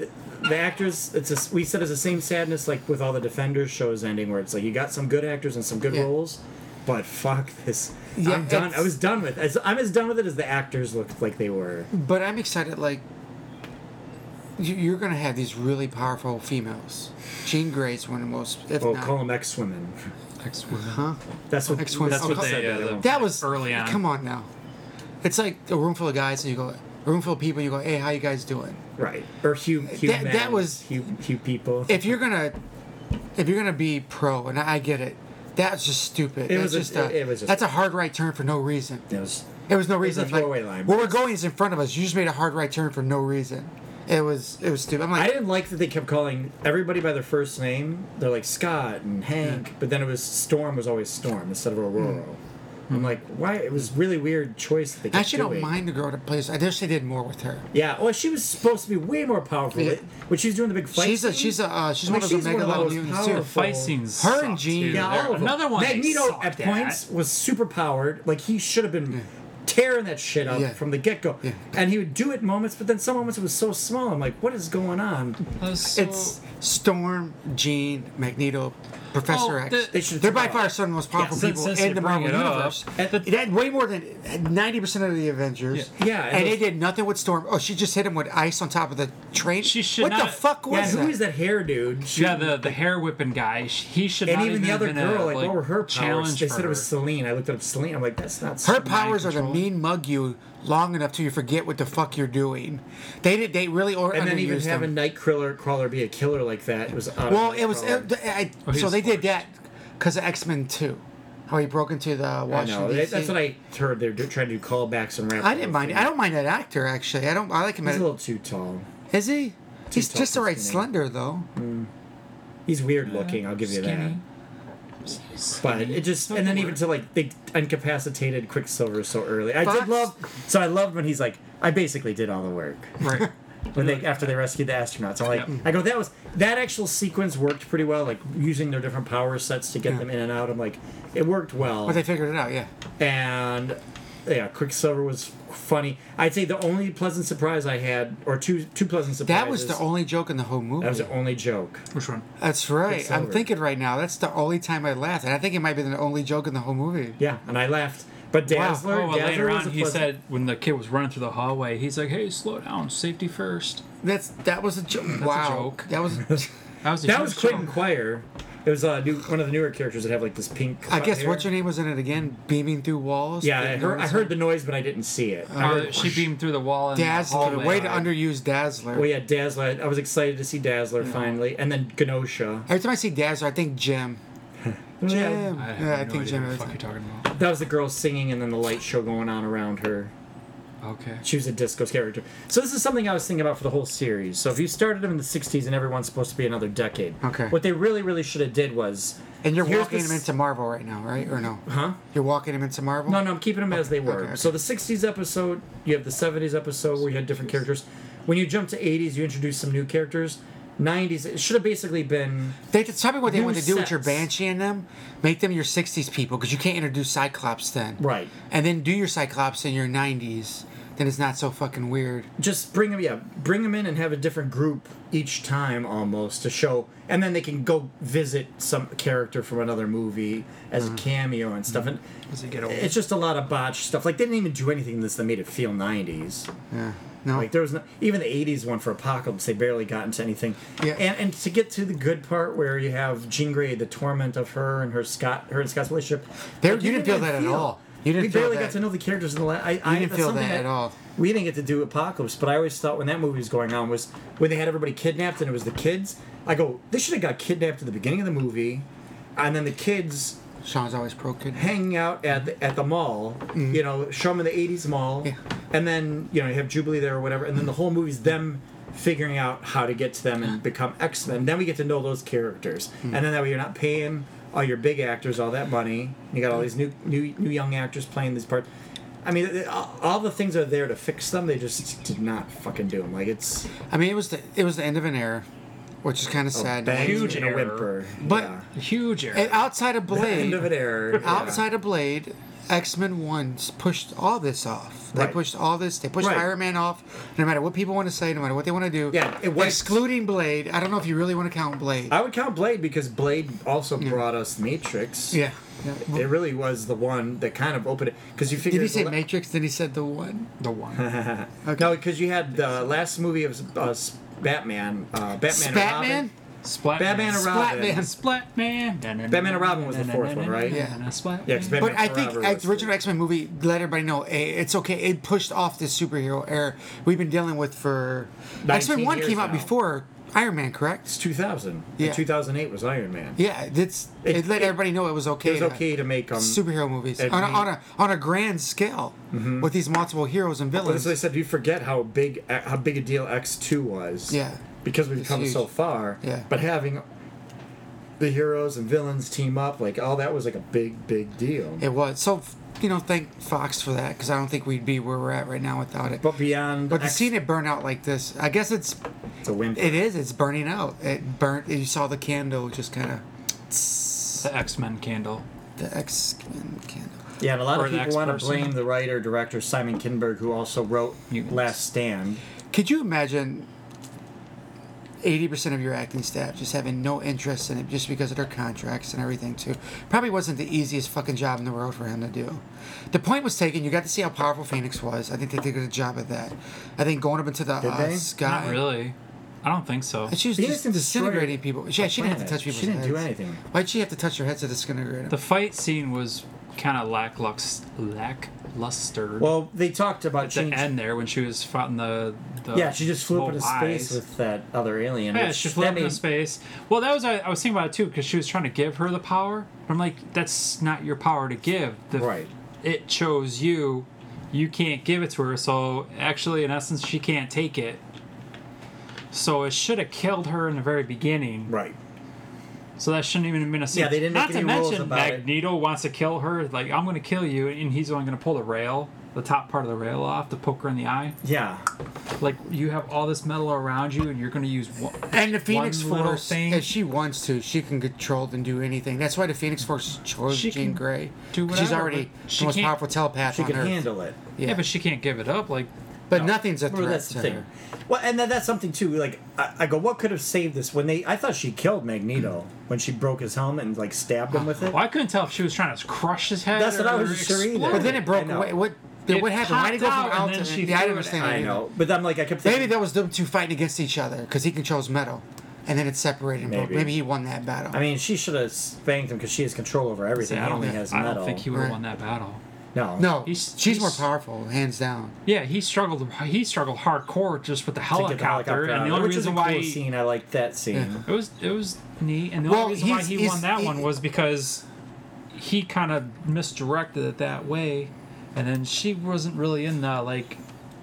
[SPEAKER 3] the actors. It's a, we said it's the same sadness like with all the Defenders shows ending, where it's like you got some good actors and some good
[SPEAKER 4] Yeah.
[SPEAKER 3] roles, but fuck this.
[SPEAKER 4] Yeah,
[SPEAKER 3] I'm done. I
[SPEAKER 4] it's-
[SPEAKER 3] was done with. As, I'm as done with it as the actors looked like they were.
[SPEAKER 4] But I'm excited. Like, you- you're gonna have these really powerful females. Jean Grey's one of the most. If
[SPEAKER 3] Well,
[SPEAKER 4] not,
[SPEAKER 3] Oh, call them X women.
[SPEAKER 5] X
[SPEAKER 4] huh?
[SPEAKER 3] That's what.
[SPEAKER 4] X-Women.
[SPEAKER 3] That's what
[SPEAKER 4] Okay.
[SPEAKER 3] they.
[SPEAKER 5] Oh, Yeah,
[SPEAKER 3] said.
[SPEAKER 5] the-
[SPEAKER 4] That was
[SPEAKER 5] Early on.
[SPEAKER 4] Come on now. It's like a room full of guys, and you go, a room full of people, and you go, hey, how you guys doing?
[SPEAKER 3] right. Or Hugh. Hugh
[SPEAKER 4] That- that
[SPEAKER 3] Madden,
[SPEAKER 4] was-
[SPEAKER 3] Hugh. Hugh people.
[SPEAKER 4] If you're gonna, if you're gonna be pro, and I get it, that's just stupid.
[SPEAKER 3] It
[SPEAKER 4] that's
[SPEAKER 3] was a-
[SPEAKER 4] just a,
[SPEAKER 3] it was just-
[SPEAKER 4] that's a hard right turn for no reason.
[SPEAKER 3] It was.
[SPEAKER 4] There was no
[SPEAKER 3] was a
[SPEAKER 4] reason.
[SPEAKER 3] throwaway line.
[SPEAKER 4] Where we're going is in front of us. You just made a hard right turn for no reason. It was it was stupid. I'm
[SPEAKER 3] I
[SPEAKER 4] like,
[SPEAKER 3] didn't like that they kept calling everybody by their first name. They're like Scott and Hank, but then it was Storm was always Storm instead of Aurora. I'm like, why? It was really weird choice that they
[SPEAKER 4] Hmm. I
[SPEAKER 3] kept
[SPEAKER 4] actually
[SPEAKER 3] doing.
[SPEAKER 4] don't mind the girl that plays. I wish they did more with her.
[SPEAKER 3] Yeah, well, she was supposed to be way more powerful
[SPEAKER 4] Yeah.
[SPEAKER 3] when she was doing the big fight.
[SPEAKER 4] She's a
[SPEAKER 3] scene.
[SPEAKER 4] she's a uh, she's
[SPEAKER 3] I mean,
[SPEAKER 4] one of those
[SPEAKER 3] she's one
[SPEAKER 4] mega
[SPEAKER 3] of
[SPEAKER 4] level
[SPEAKER 3] those
[SPEAKER 4] mutants
[SPEAKER 3] powerful-
[SPEAKER 4] too.
[SPEAKER 5] The fight scenes.
[SPEAKER 4] Her and
[SPEAKER 5] sucked,
[SPEAKER 4] Jean-
[SPEAKER 5] too.
[SPEAKER 3] Yeah, all
[SPEAKER 5] There-
[SPEAKER 3] of them.
[SPEAKER 5] Another one. they
[SPEAKER 3] Magneto
[SPEAKER 5] sucked
[SPEAKER 3] at points was super powered. Like he should have been tearing that shit up
[SPEAKER 4] Yeah.
[SPEAKER 3] from the get go.
[SPEAKER 4] Yeah.
[SPEAKER 3] And he would do it moments, but then some moments it was so small. I'm like, what is going on?
[SPEAKER 5] That was so-
[SPEAKER 4] it's Storm, Jean, Magneto, Professor
[SPEAKER 5] Oh,
[SPEAKER 4] X.
[SPEAKER 5] the-
[SPEAKER 3] They should've
[SPEAKER 4] They're
[SPEAKER 3] took
[SPEAKER 4] by
[SPEAKER 3] it
[SPEAKER 4] far
[SPEAKER 3] off.
[SPEAKER 4] some of the most powerful
[SPEAKER 5] since-
[SPEAKER 4] people
[SPEAKER 5] since
[SPEAKER 4] in
[SPEAKER 5] you
[SPEAKER 4] the
[SPEAKER 5] bring
[SPEAKER 4] Marvel
[SPEAKER 5] it up,
[SPEAKER 4] universe.
[SPEAKER 5] and the-
[SPEAKER 4] it had way more than ninety percent of the Avengers.
[SPEAKER 5] Yeah.
[SPEAKER 3] Yeah,
[SPEAKER 4] and,
[SPEAKER 3] and
[SPEAKER 4] they
[SPEAKER 3] those-
[SPEAKER 4] did nothing with Storm. Oh, she just hit him with ice on top of the train.
[SPEAKER 5] She should
[SPEAKER 4] What the
[SPEAKER 5] not-
[SPEAKER 4] fuck
[SPEAKER 3] Yeah,
[SPEAKER 4] was
[SPEAKER 3] and who is
[SPEAKER 4] that?
[SPEAKER 3] that hair dude? She-
[SPEAKER 5] yeah, the, the hair whipping guy. sh- He should
[SPEAKER 3] and
[SPEAKER 5] not
[SPEAKER 3] even the
[SPEAKER 5] have
[SPEAKER 3] other
[SPEAKER 5] been
[SPEAKER 3] girl,
[SPEAKER 5] a,
[SPEAKER 3] like, what were her powers?
[SPEAKER 5] challenge
[SPEAKER 3] They
[SPEAKER 5] for
[SPEAKER 3] said it was
[SPEAKER 5] her.
[SPEAKER 3] Celine. I looked up Celine. I'm like, that's not
[SPEAKER 4] Her
[SPEAKER 3] Celine.
[SPEAKER 4] powers are to
[SPEAKER 5] control.
[SPEAKER 4] mean mug you long enough till you forget what the fuck you're doing. They did. They really or
[SPEAKER 3] And then even
[SPEAKER 4] underused them.
[SPEAKER 3] having Night Crawler, Crawler be a killer like that it was out of
[SPEAKER 4] Well, it was
[SPEAKER 3] control.
[SPEAKER 4] it, I,
[SPEAKER 5] Oh, he's
[SPEAKER 4] so they did
[SPEAKER 5] forged.
[SPEAKER 4] that because of X Men Two, how he broke into the
[SPEAKER 3] I
[SPEAKER 4] Washington.
[SPEAKER 3] know. That-
[SPEAKER 4] DC.
[SPEAKER 3] That's what I heard. They're do- trying to do callbacks and rap.
[SPEAKER 4] I didn't mind. it. I don't mind that actor actually. I don't. I like him.
[SPEAKER 3] He's a
[SPEAKER 4] in-
[SPEAKER 3] little too tall.
[SPEAKER 4] Is he? He's
[SPEAKER 3] tall
[SPEAKER 4] just the
[SPEAKER 3] for
[SPEAKER 4] right
[SPEAKER 3] skinny.
[SPEAKER 4] slender though.
[SPEAKER 3] He's weird looking. I'll give you that.
[SPEAKER 5] Skinny.
[SPEAKER 3] But it just and then even to like they incapacitated Quicksilver so early. I
[SPEAKER 4] Fox-
[SPEAKER 3] did love. So I love when he's like, I basically did all the work.
[SPEAKER 5] Right.
[SPEAKER 3] when they after they rescued the astronauts. I'm like,
[SPEAKER 5] Yep.
[SPEAKER 3] I go, that was that actual sequence worked pretty well, like using their different power sets to get them in and out. I'm like, it worked well,
[SPEAKER 4] But they figured it out. Yeah.
[SPEAKER 3] and yeah, Quicksilver was funny. I'd say the only pleasant surprise I had, or two two pleasant surprises.
[SPEAKER 4] That was the only joke in the whole movie.
[SPEAKER 3] That was the only joke.
[SPEAKER 5] Which one?
[SPEAKER 4] That's right. I'm
[SPEAKER 3] Quicksilver.
[SPEAKER 4] thinking right now. That's the only time I laughed, and I think it might be the only joke in the whole movie.
[SPEAKER 3] Yeah, and I laughed. But Dazzler,
[SPEAKER 5] Oh, well,
[SPEAKER 3] Dazzler
[SPEAKER 5] later
[SPEAKER 3] was
[SPEAKER 5] on,
[SPEAKER 3] a
[SPEAKER 5] he
[SPEAKER 3] pleasant-
[SPEAKER 5] said when the kid was running through the hallway, he's like, "Hey, slow down, safety first.
[SPEAKER 4] That's that was a joke. wow.
[SPEAKER 5] joke.
[SPEAKER 4] That was.
[SPEAKER 5] That was a
[SPEAKER 3] that
[SPEAKER 5] huge
[SPEAKER 3] was Quentin
[SPEAKER 5] joke.
[SPEAKER 3] Quire. It was uh, new, one of the newer characters that have like this pink.
[SPEAKER 4] I guess
[SPEAKER 3] hair.
[SPEAKER 4] what's her name was in it again? Beaming through walls.
[SPEAKER 3] Yeah, I
[SPEAKER 4] Didn't
[SPEAKER 3] heard, I
[SPEAKER 4] notice
[SPEAKER 3] heard
[SPEAKER 4] her.
[SPEAKER 3] the noise, but I didn't see it. I
[SPEAKER 5] Uh,
[SPEAKER 3] heard-
[SPEAKER 5] she beamed through the wall. In The
[SPEAKER 4] Dazzler.
[SPEAKER 5] hallway.
[SPEAKER 4] Way to underuse Dazzler.
[SPEAKER 3] Well, yeah, Dazzler. I was excited to see Dazzler finally, and then Genosha.
[SPEAKER 4] Every time I see Dazzler, I think Jim. Jim.
[SPEAKER 5] I, have
[SPEAKER 4] yeah, I
[SPEAKER 5] no
[SPEAKER 4] think
[SPEAKER 5] idea
[SPEAKER 4] Jim. every
[SPEAKER 5] what the fuck
[SPEAKER 4] time.
[SPEAKER 5] you're talking about.
[SPEAKER 3] That was the girl singing, and then the light show going on around her.
[SPEAKER 5] Okay.
[SPEAKER 3] She was a Disco's character. So this is something I was thinking about for the whole series. So if you started them in the '60s and everyone's supposed to be another decade,
[SPEAKER 4] Okay.
[SPEAKER 3] What they really, really should have did was,
[SPEAKER 4] And you're
[SPEAKER 3] here's
[SPEAKER 4] walking
[SPEAKER 3] the
[SPEAKER 4] him
[SPEAKER 3] s-
[SPEAKER 4] into Marvel right now, right? Or no? Huh? You're walking him into Marvel?
[SPEAKER 3] No, no, I'm keeping them as they were.
[SPEAKER 4] okay, okay.
[SPEAKER 3] So the '60s episode, you have the '70s episode where you had different characters. When you jump to '80s, you introduce some new characters. '90s, it should have basically been
[SPEAKER 4] They just tell me what they
[SPEAKER 3] New
[SPEAKER 4] want to do with your
[SPEAKER 3] sets.
[SPEAKER 4] Banshee and them. Make them your 60s people because you can't introduce Cyclops then.
[SPEAKER 3] Right.
[SPEAKER 4] And then do your Cyclops in your 90s. Then it's not so fucking weird.
[SPEAKER 3] just bring them, yeah, bring them in and have a different group each time almost to show, and then they can go visit some character from another movie as
[SPEAKER 4] Mm-hmm.
[SPEAKER 3] a cameo and stuff. And
[SPEAKER 5] Does it get old?
[SPEAKER 3] it's just a lot of botched stuff. Like they didn't even do anything in this that made it feel '90s.
[SPEAKER 4] Yeah. No.
[SPEAKER 3] Like there was no, even the '80s one for Apocalypse, they barely got into anything.
[SPEAKER 4] Yeah.
[SPEAKER 3] And and to get to the good part where you have Jean Grey, the torment of her and her Scott, her and Scott's relationship.
[SPEAKER 4] There-
[SPEAKER 3] like,
[SPEAKER 4] you didn't feel that at all. You didn't
[SPEAKER 3] we
[SPEAKER 4] feel
[SPEAKER 3] barely
[SPEAKER 4] that.
[SPEAKER 3] got to know the characters in the last. I, I
[SPEAKER 4] didn't
[SPEAKER 3] that's
[SPEAKER 4] feel
[SPEAKER 3] something
[SPEAKER 4] that at all.
[SPEAKER 3] We didn't get to do Apocalypse, but I always thought when that movie was going on was when they had everybody kidnapped and it was the kids. I go, they should have got kidnapped at the beginning of the movie, and then the kids
[SPEAKER 4] Sean's always pro kid.
[SPEAKER 3] hanging out at the, at the mall, you know, show them in the 80s mall,
[SPEAKER 4] Mm-hmm. Yeah.
[SPEAKER 3] and then, you know, you have Jubilee there or whatever, and then the whole movie's them figuring out how to get to them and become X Men. Then we get to know those characters.
[SPEAKER 4] Mm-hmm.
[SPEAKER 3] And then that way you're not paying all your big actors all that money. You got all these new new, new young actors playing these parts. I mean, it- all all the things are there to fix them. They just did not fucking do them. Like it's
[SPEAKER 4] I mean, it was the it was the end of an era, which is kind of sad.
[SPEAKER 3] bangs
[SPEAKER 5] huge
[SPEAKER 3] and a
[SPEAKER 5] error.
[SPEAKER 3] whimper.
[SPEAKER 4] But
[SPEAKER 3] yeah.
[SPEAKER 5] Huge error.
[SPEAKER 4] And outside of
[SPEAKER 3] the
[SPEAKER 4] Blade,
[SPEAKER 3] end of an error. yeah.
[SPEAKER 4] outside of Blade, X Men One pushed all this off. They
[SPEAKER 3] Right.
[SPEAKER 4] pushed all this. They pushed
[SPEAKER 3] Right.
[SPEAKER 4] Iron Man off. No matter what people want to say, no matter what they want to do.
[SPEAKER 3] Yeah, it was-
[SPEAKER 4] excluding Blade. I don't know if you really want to count Blade.
[SPEAKER 3] I would count Blade because Blade also brought us Matrix.
[SPEAKER 4] yeah. yeah.
[SPEAKER 3] It really was the one that kind of opened it because you figured.
[SPEAKER 4] Did he say
[SPEAKER 3] the la-
[SPEAKER 4] Matrix? Then he said the one.
[SPEAKER 5] the one.
[SPEAKER 3] No, because you had the last movie of uh, S- Batman, uh, Batman, and
[SPEAKER 4] Spatman.
[SPEAKER 3] Robin.
[SPEAKER 5] Splat.
[SPEAKER 3] Batman and Robin.
[SPEAKER 4] Splatman.
[SPEAKER 5] Splatman.
[SPEAKER 3] Batman and Robin was the fourth one, right?
[SPEAKER 4] Yeah.
[SPEAKER 5] Splatman.
[SPEAKER 3] Yeah, 'cause Batman
[SPEAKER 4] But I think
[SPEAKER 3] Forever
[SPEAKER 4] like,
[SPEAKER 3] was
[SPEAKER 4] the original X Men movie let everybody know eh, it's okay. It pushed off this superhero era we've been dealing with for.
[SPEAKER 3] 19
[SPEAKER 4] X Men One
[SPEAKER 3] years
[SPEAKER 4] came out
[SPEAKER 3] now.
[SPEAKER 4] before Iron Man, correct?
[SPEAKER 3] It's 2000.
[SPEAKER 4] Yeah.
[SPEAKER 3] And 2008 was Iron Man.
[SPEAKER 4] Yeah, it's, it,
[SPEAKER 3] It-
[SPEAKER 4] let
[SPEAKER 3] it-
[SPEAKER 4] everybody know it was okay.
[SPEAKER 3] It was
[SPEAKER 4] to-
[SPEAKER 3] okay to make um.
[SPEAKER 4] superhero movies
[SPEAKER 3] it
[SPEAKER 4] on a,
[SPEAKER 3] made-
[SPEAKER 4] on a on a grand scale with these multiple heroes and
[SPEAKER 3] Mm-hmm. Well, that's
[SPEAKER 4] villains.
[SPEAKER 3] what they said. You forget how big uh, how big a deal X two was.
[SPEAKER 4] Yeah.
[SPEAKER 3] Because we've
[SPEAKER 4] It's
[SPEAKER 3] come so
[SPEAKER 4] huge.
[SPEAKER 3] far.
[SPEAKER 4] Yeah.
[SPEAKER 3] But having the heroes and villains team up, like all that was like a big, big deal.
[SPEAKER 4] It was so f- you know thank Fox for that because I don't think we'd be where we're at right now without it. But,
[SPEAKER 3] But beyond,
[SPEAKER 4] to
[SPEAKER 3] X,
[SPEAKER 4] see it burn out like this, I guess it's
[SPEAKER 3] it's a win.
[SPEAKER 4] it is it's burning out. It burnt. You saw the candle just kind of
[SPEAKER 5] The X Men candle.
[SPEAKER 4] the X candle.
[SPEAKER 3] Yeah, and a lot
[SPEAKER 5] Or
[SPEAKER 3] of
[SPEAKER 5] the
[SPEAKER 3] people want to
[SPEAKER 5] X-Person.
[SPEAKER 3] blame the writer director Simon Kinberg, who also wrote
[SPEAKER 5] Mutants.
[SPEAKER 3] Last Stand.
[SPEAKER 4] Could you imagine? 80% of your acting staff just having no interest in it just because of their contracts and everything too probably wasn't the easiest fucking job in the world for him to do the point was taken you got to see how powerful phoenix was i think they did a good job at that i think going up into the
[SPEAKER 3] Did
[SPEAKER 4] uh,
[SPEAKER 3] they?
[SPEAKER 4] sky
[SPEAKER 5] Not really. I don't think so.
[SPEAKER 4] and she was
[SPEAKER 3] Phoenix
[SPEAKER 4] just
[SPEAKER 3] didn't destroy
[SPEAKER 4] disintegrating people yeah
[SPEAKER 3] the
[SPEAKER 4] she didn't have to
[SPEAKER 3] planet.
[SPEAKER 4] touch
[SPEAKER 3] She
[SPEAKER 4] people's
[SPEAKER 3] didn't do
[SPEAKER 4] heads.
[SPEAKER 3] anything.
[SPEAKER 4] why'd she have to touch her head to disintegrate
[SPEAKER 5] The
[SPEAKER 4] them
[SPEAKER 5] fight scene was kind of lacklux- lackluster.
[SPEAKER 3] Well, they talked about
[SPEAKER 5] at the
[SPEAKER 3] change.
[SPEAKER 5] end there when she was fighting the, the
[SPEAKER 3] Yeah, she just flew up into
[SPEAKER 5] little
[SPEAKER 3] space
[SPEAKER 5] eyes.
[SPEAKER 3] with that other alien.
[SPEAKER 5] Yeah,
[SPEAKER 3] which
[SPEAKER 5] she flew
[SPEAKER 3] that
[SPEAKER 5] up into
[SPEAKER 3] made-
[SPEAKER 5] space. Well, that was I, I was thinking about it too because she was trying to give her the power. I'm like, that's not your power to give. The,
[SPEAKER 3] Right.
[SPEAKER 5] It chose you. You can't give it to her. So actually, in essence, she can't take it. So it should have killed her in the very beginning.
[SPEAKER 3] Right.
[SPEAKER 5] So that shouldn't even have been a scene.
[SPEAKER 3] Yeah, they didn't
[SPEAKER 5] Not
[SPEAKER 3] make
[SPEAKER 5] to
[SPEAKER 3] any rules
[SPEAKER 5] mention,
[SPEAKER 3] about it.
[SPEAKER 5] Magneto wants to kill her. Like, I'm going to kill you, and he's only going to pull the rail, the top part of the rail off to poke her in the eye.
[SPEAKER 3] Yeah.
[SPEAKER 5] Like, you have all this metal around you, and you're going to use one.
[SPEAKER 4] and the phoenix
[SPEAKER 5] one little
[SPEAKER 4] force
[SPEAKER 5] thing.
[SPEAKER 4] if she wants to she can control and do anything that's why the phoenix force chose
[SPEAKER 5] She
[SPEAKER 4] jean
[SPEAKER 5] can
[SPEAKER 4] gray
[SPEAKER 5] do
[SPEAKER 4] she's
[SPEAKER 5] whatever,
[SPEAKER 4] already
[SPEAKER 5] but she
[SPEAKER 4] the most
[SPEAKER 5] can't-
[SPEAKER 4] powerful telepath
[SPEAKER 3] She
[SPEAKER 4] on
[SPEAKER 3] could
[SPEAKER 4] earth
[SPEAKER 3] handle it.
[SPEAKER 5] Yeah. but she can't give it up. Like,
[SPEAKER 4] But nothing's a threat
[SPEAKER 3] Well, that's the
[SPEAKER 4] to
[SPEAKER 3] thing.
[SPEAKER 4] her.
[SPEAKER 3] Well, and that, that's something too. Like I, I go, what could have saved this? When they, I thought she killed Magneto when she broke his helmet and like stabbed him with it.
[SPEAKER 5] well, I couldn't tell if she was trying to crush his head.
[SPEAKER 3] That's what
[SPEAKER 5] or
[SPEAKER 3] I was sure either.
[SPEAKER 5] explode
[SPEAKER 4] But then it broke
[SPEAKER 3] I know.
[SPEAKER 4] away. What? then
[SPEAKER 5] It
[SPEAKER 4] what happened? Why did it go
[SPEAKER 5] popped
[SPEAKER 4] from
[SPEAKER 5] out and
[SPEAKER 4] out
[SPEAKER 5] then
[SPEAKER 4] to
[SPEAKER 5] she
[SPEAKER 4] yeah, I
[SPEAKER 5] threw
[SPEAKER 4] don't
[SPEAKER 5] it
[SPEAKER 4] understand.
[SPEAKER 5] out.
[SPEAKER 4] that
[SPEAKER 3] I
[SPEAKER 4] either.
[SPEAKER 3] know, but I'm like, I kept thinking,
[SPEAKER 4] Maybe that was them two fighting against each other because he controls metal, and then it separated. Maybe,
[SPEAKER 3] Maybe.
[SPEAKER 4] Maybe he won that battle.
[SPEAKER 3] I mean, she should have spanked him because she has control over everything.
[SPEAKER 5] See, I
[SPEAKER 3] he
[SPEAKER 5] don't,
[SPEAKER 3] only
[SPEAKER 5] think-
[SPEAKER 3] has
[SPEAKER 5] I
[SPEAKER 3] metal.
[SPEAKER 5] don't think he would have
[SPEAKER 4] Right.
[SPEAKER 5] won that battle.
[SPEAKER 3] No.
[SPEAKER 4] no,
[SPEAKER 5] he's-
[SPEAKER 4] she's more
[SPEAKER 5] he's-
[SPEAKER 4] powerful, hands down.
[SPEAKER 5] Yeah, he struggled. He struggled hardcore just with the
[SPEAKER 3] To get
[SPEAKER 5] helicopter,
[SPEAKER 3] the helicopter
[SPEAKER 5] and
[SPEAKER 3] out,
[SPEAKER 5] the only
[SPEAKER 3] which is a
[SPEAKER 5] reason
[SPEAKER 3] cool
[SPEAKER 5] why he-
[SPEAKER 3] scene. I liked that scene.
[SPEAKER 4] Yeah.
[SPEAKER 5] It was it was neat, and the
[SPEAKER 4] Well,
[SPEAKER 5] only reason why
[SPEAKER 4] he's-
[SPEAKER 5] he
[SPEAKER 4] he's-
[SPEAKER 5] won that
[SPEAKER 4] he-
[SPEAKER 5] one was because he kind of misdirected it that way, and then she wasn't really in the like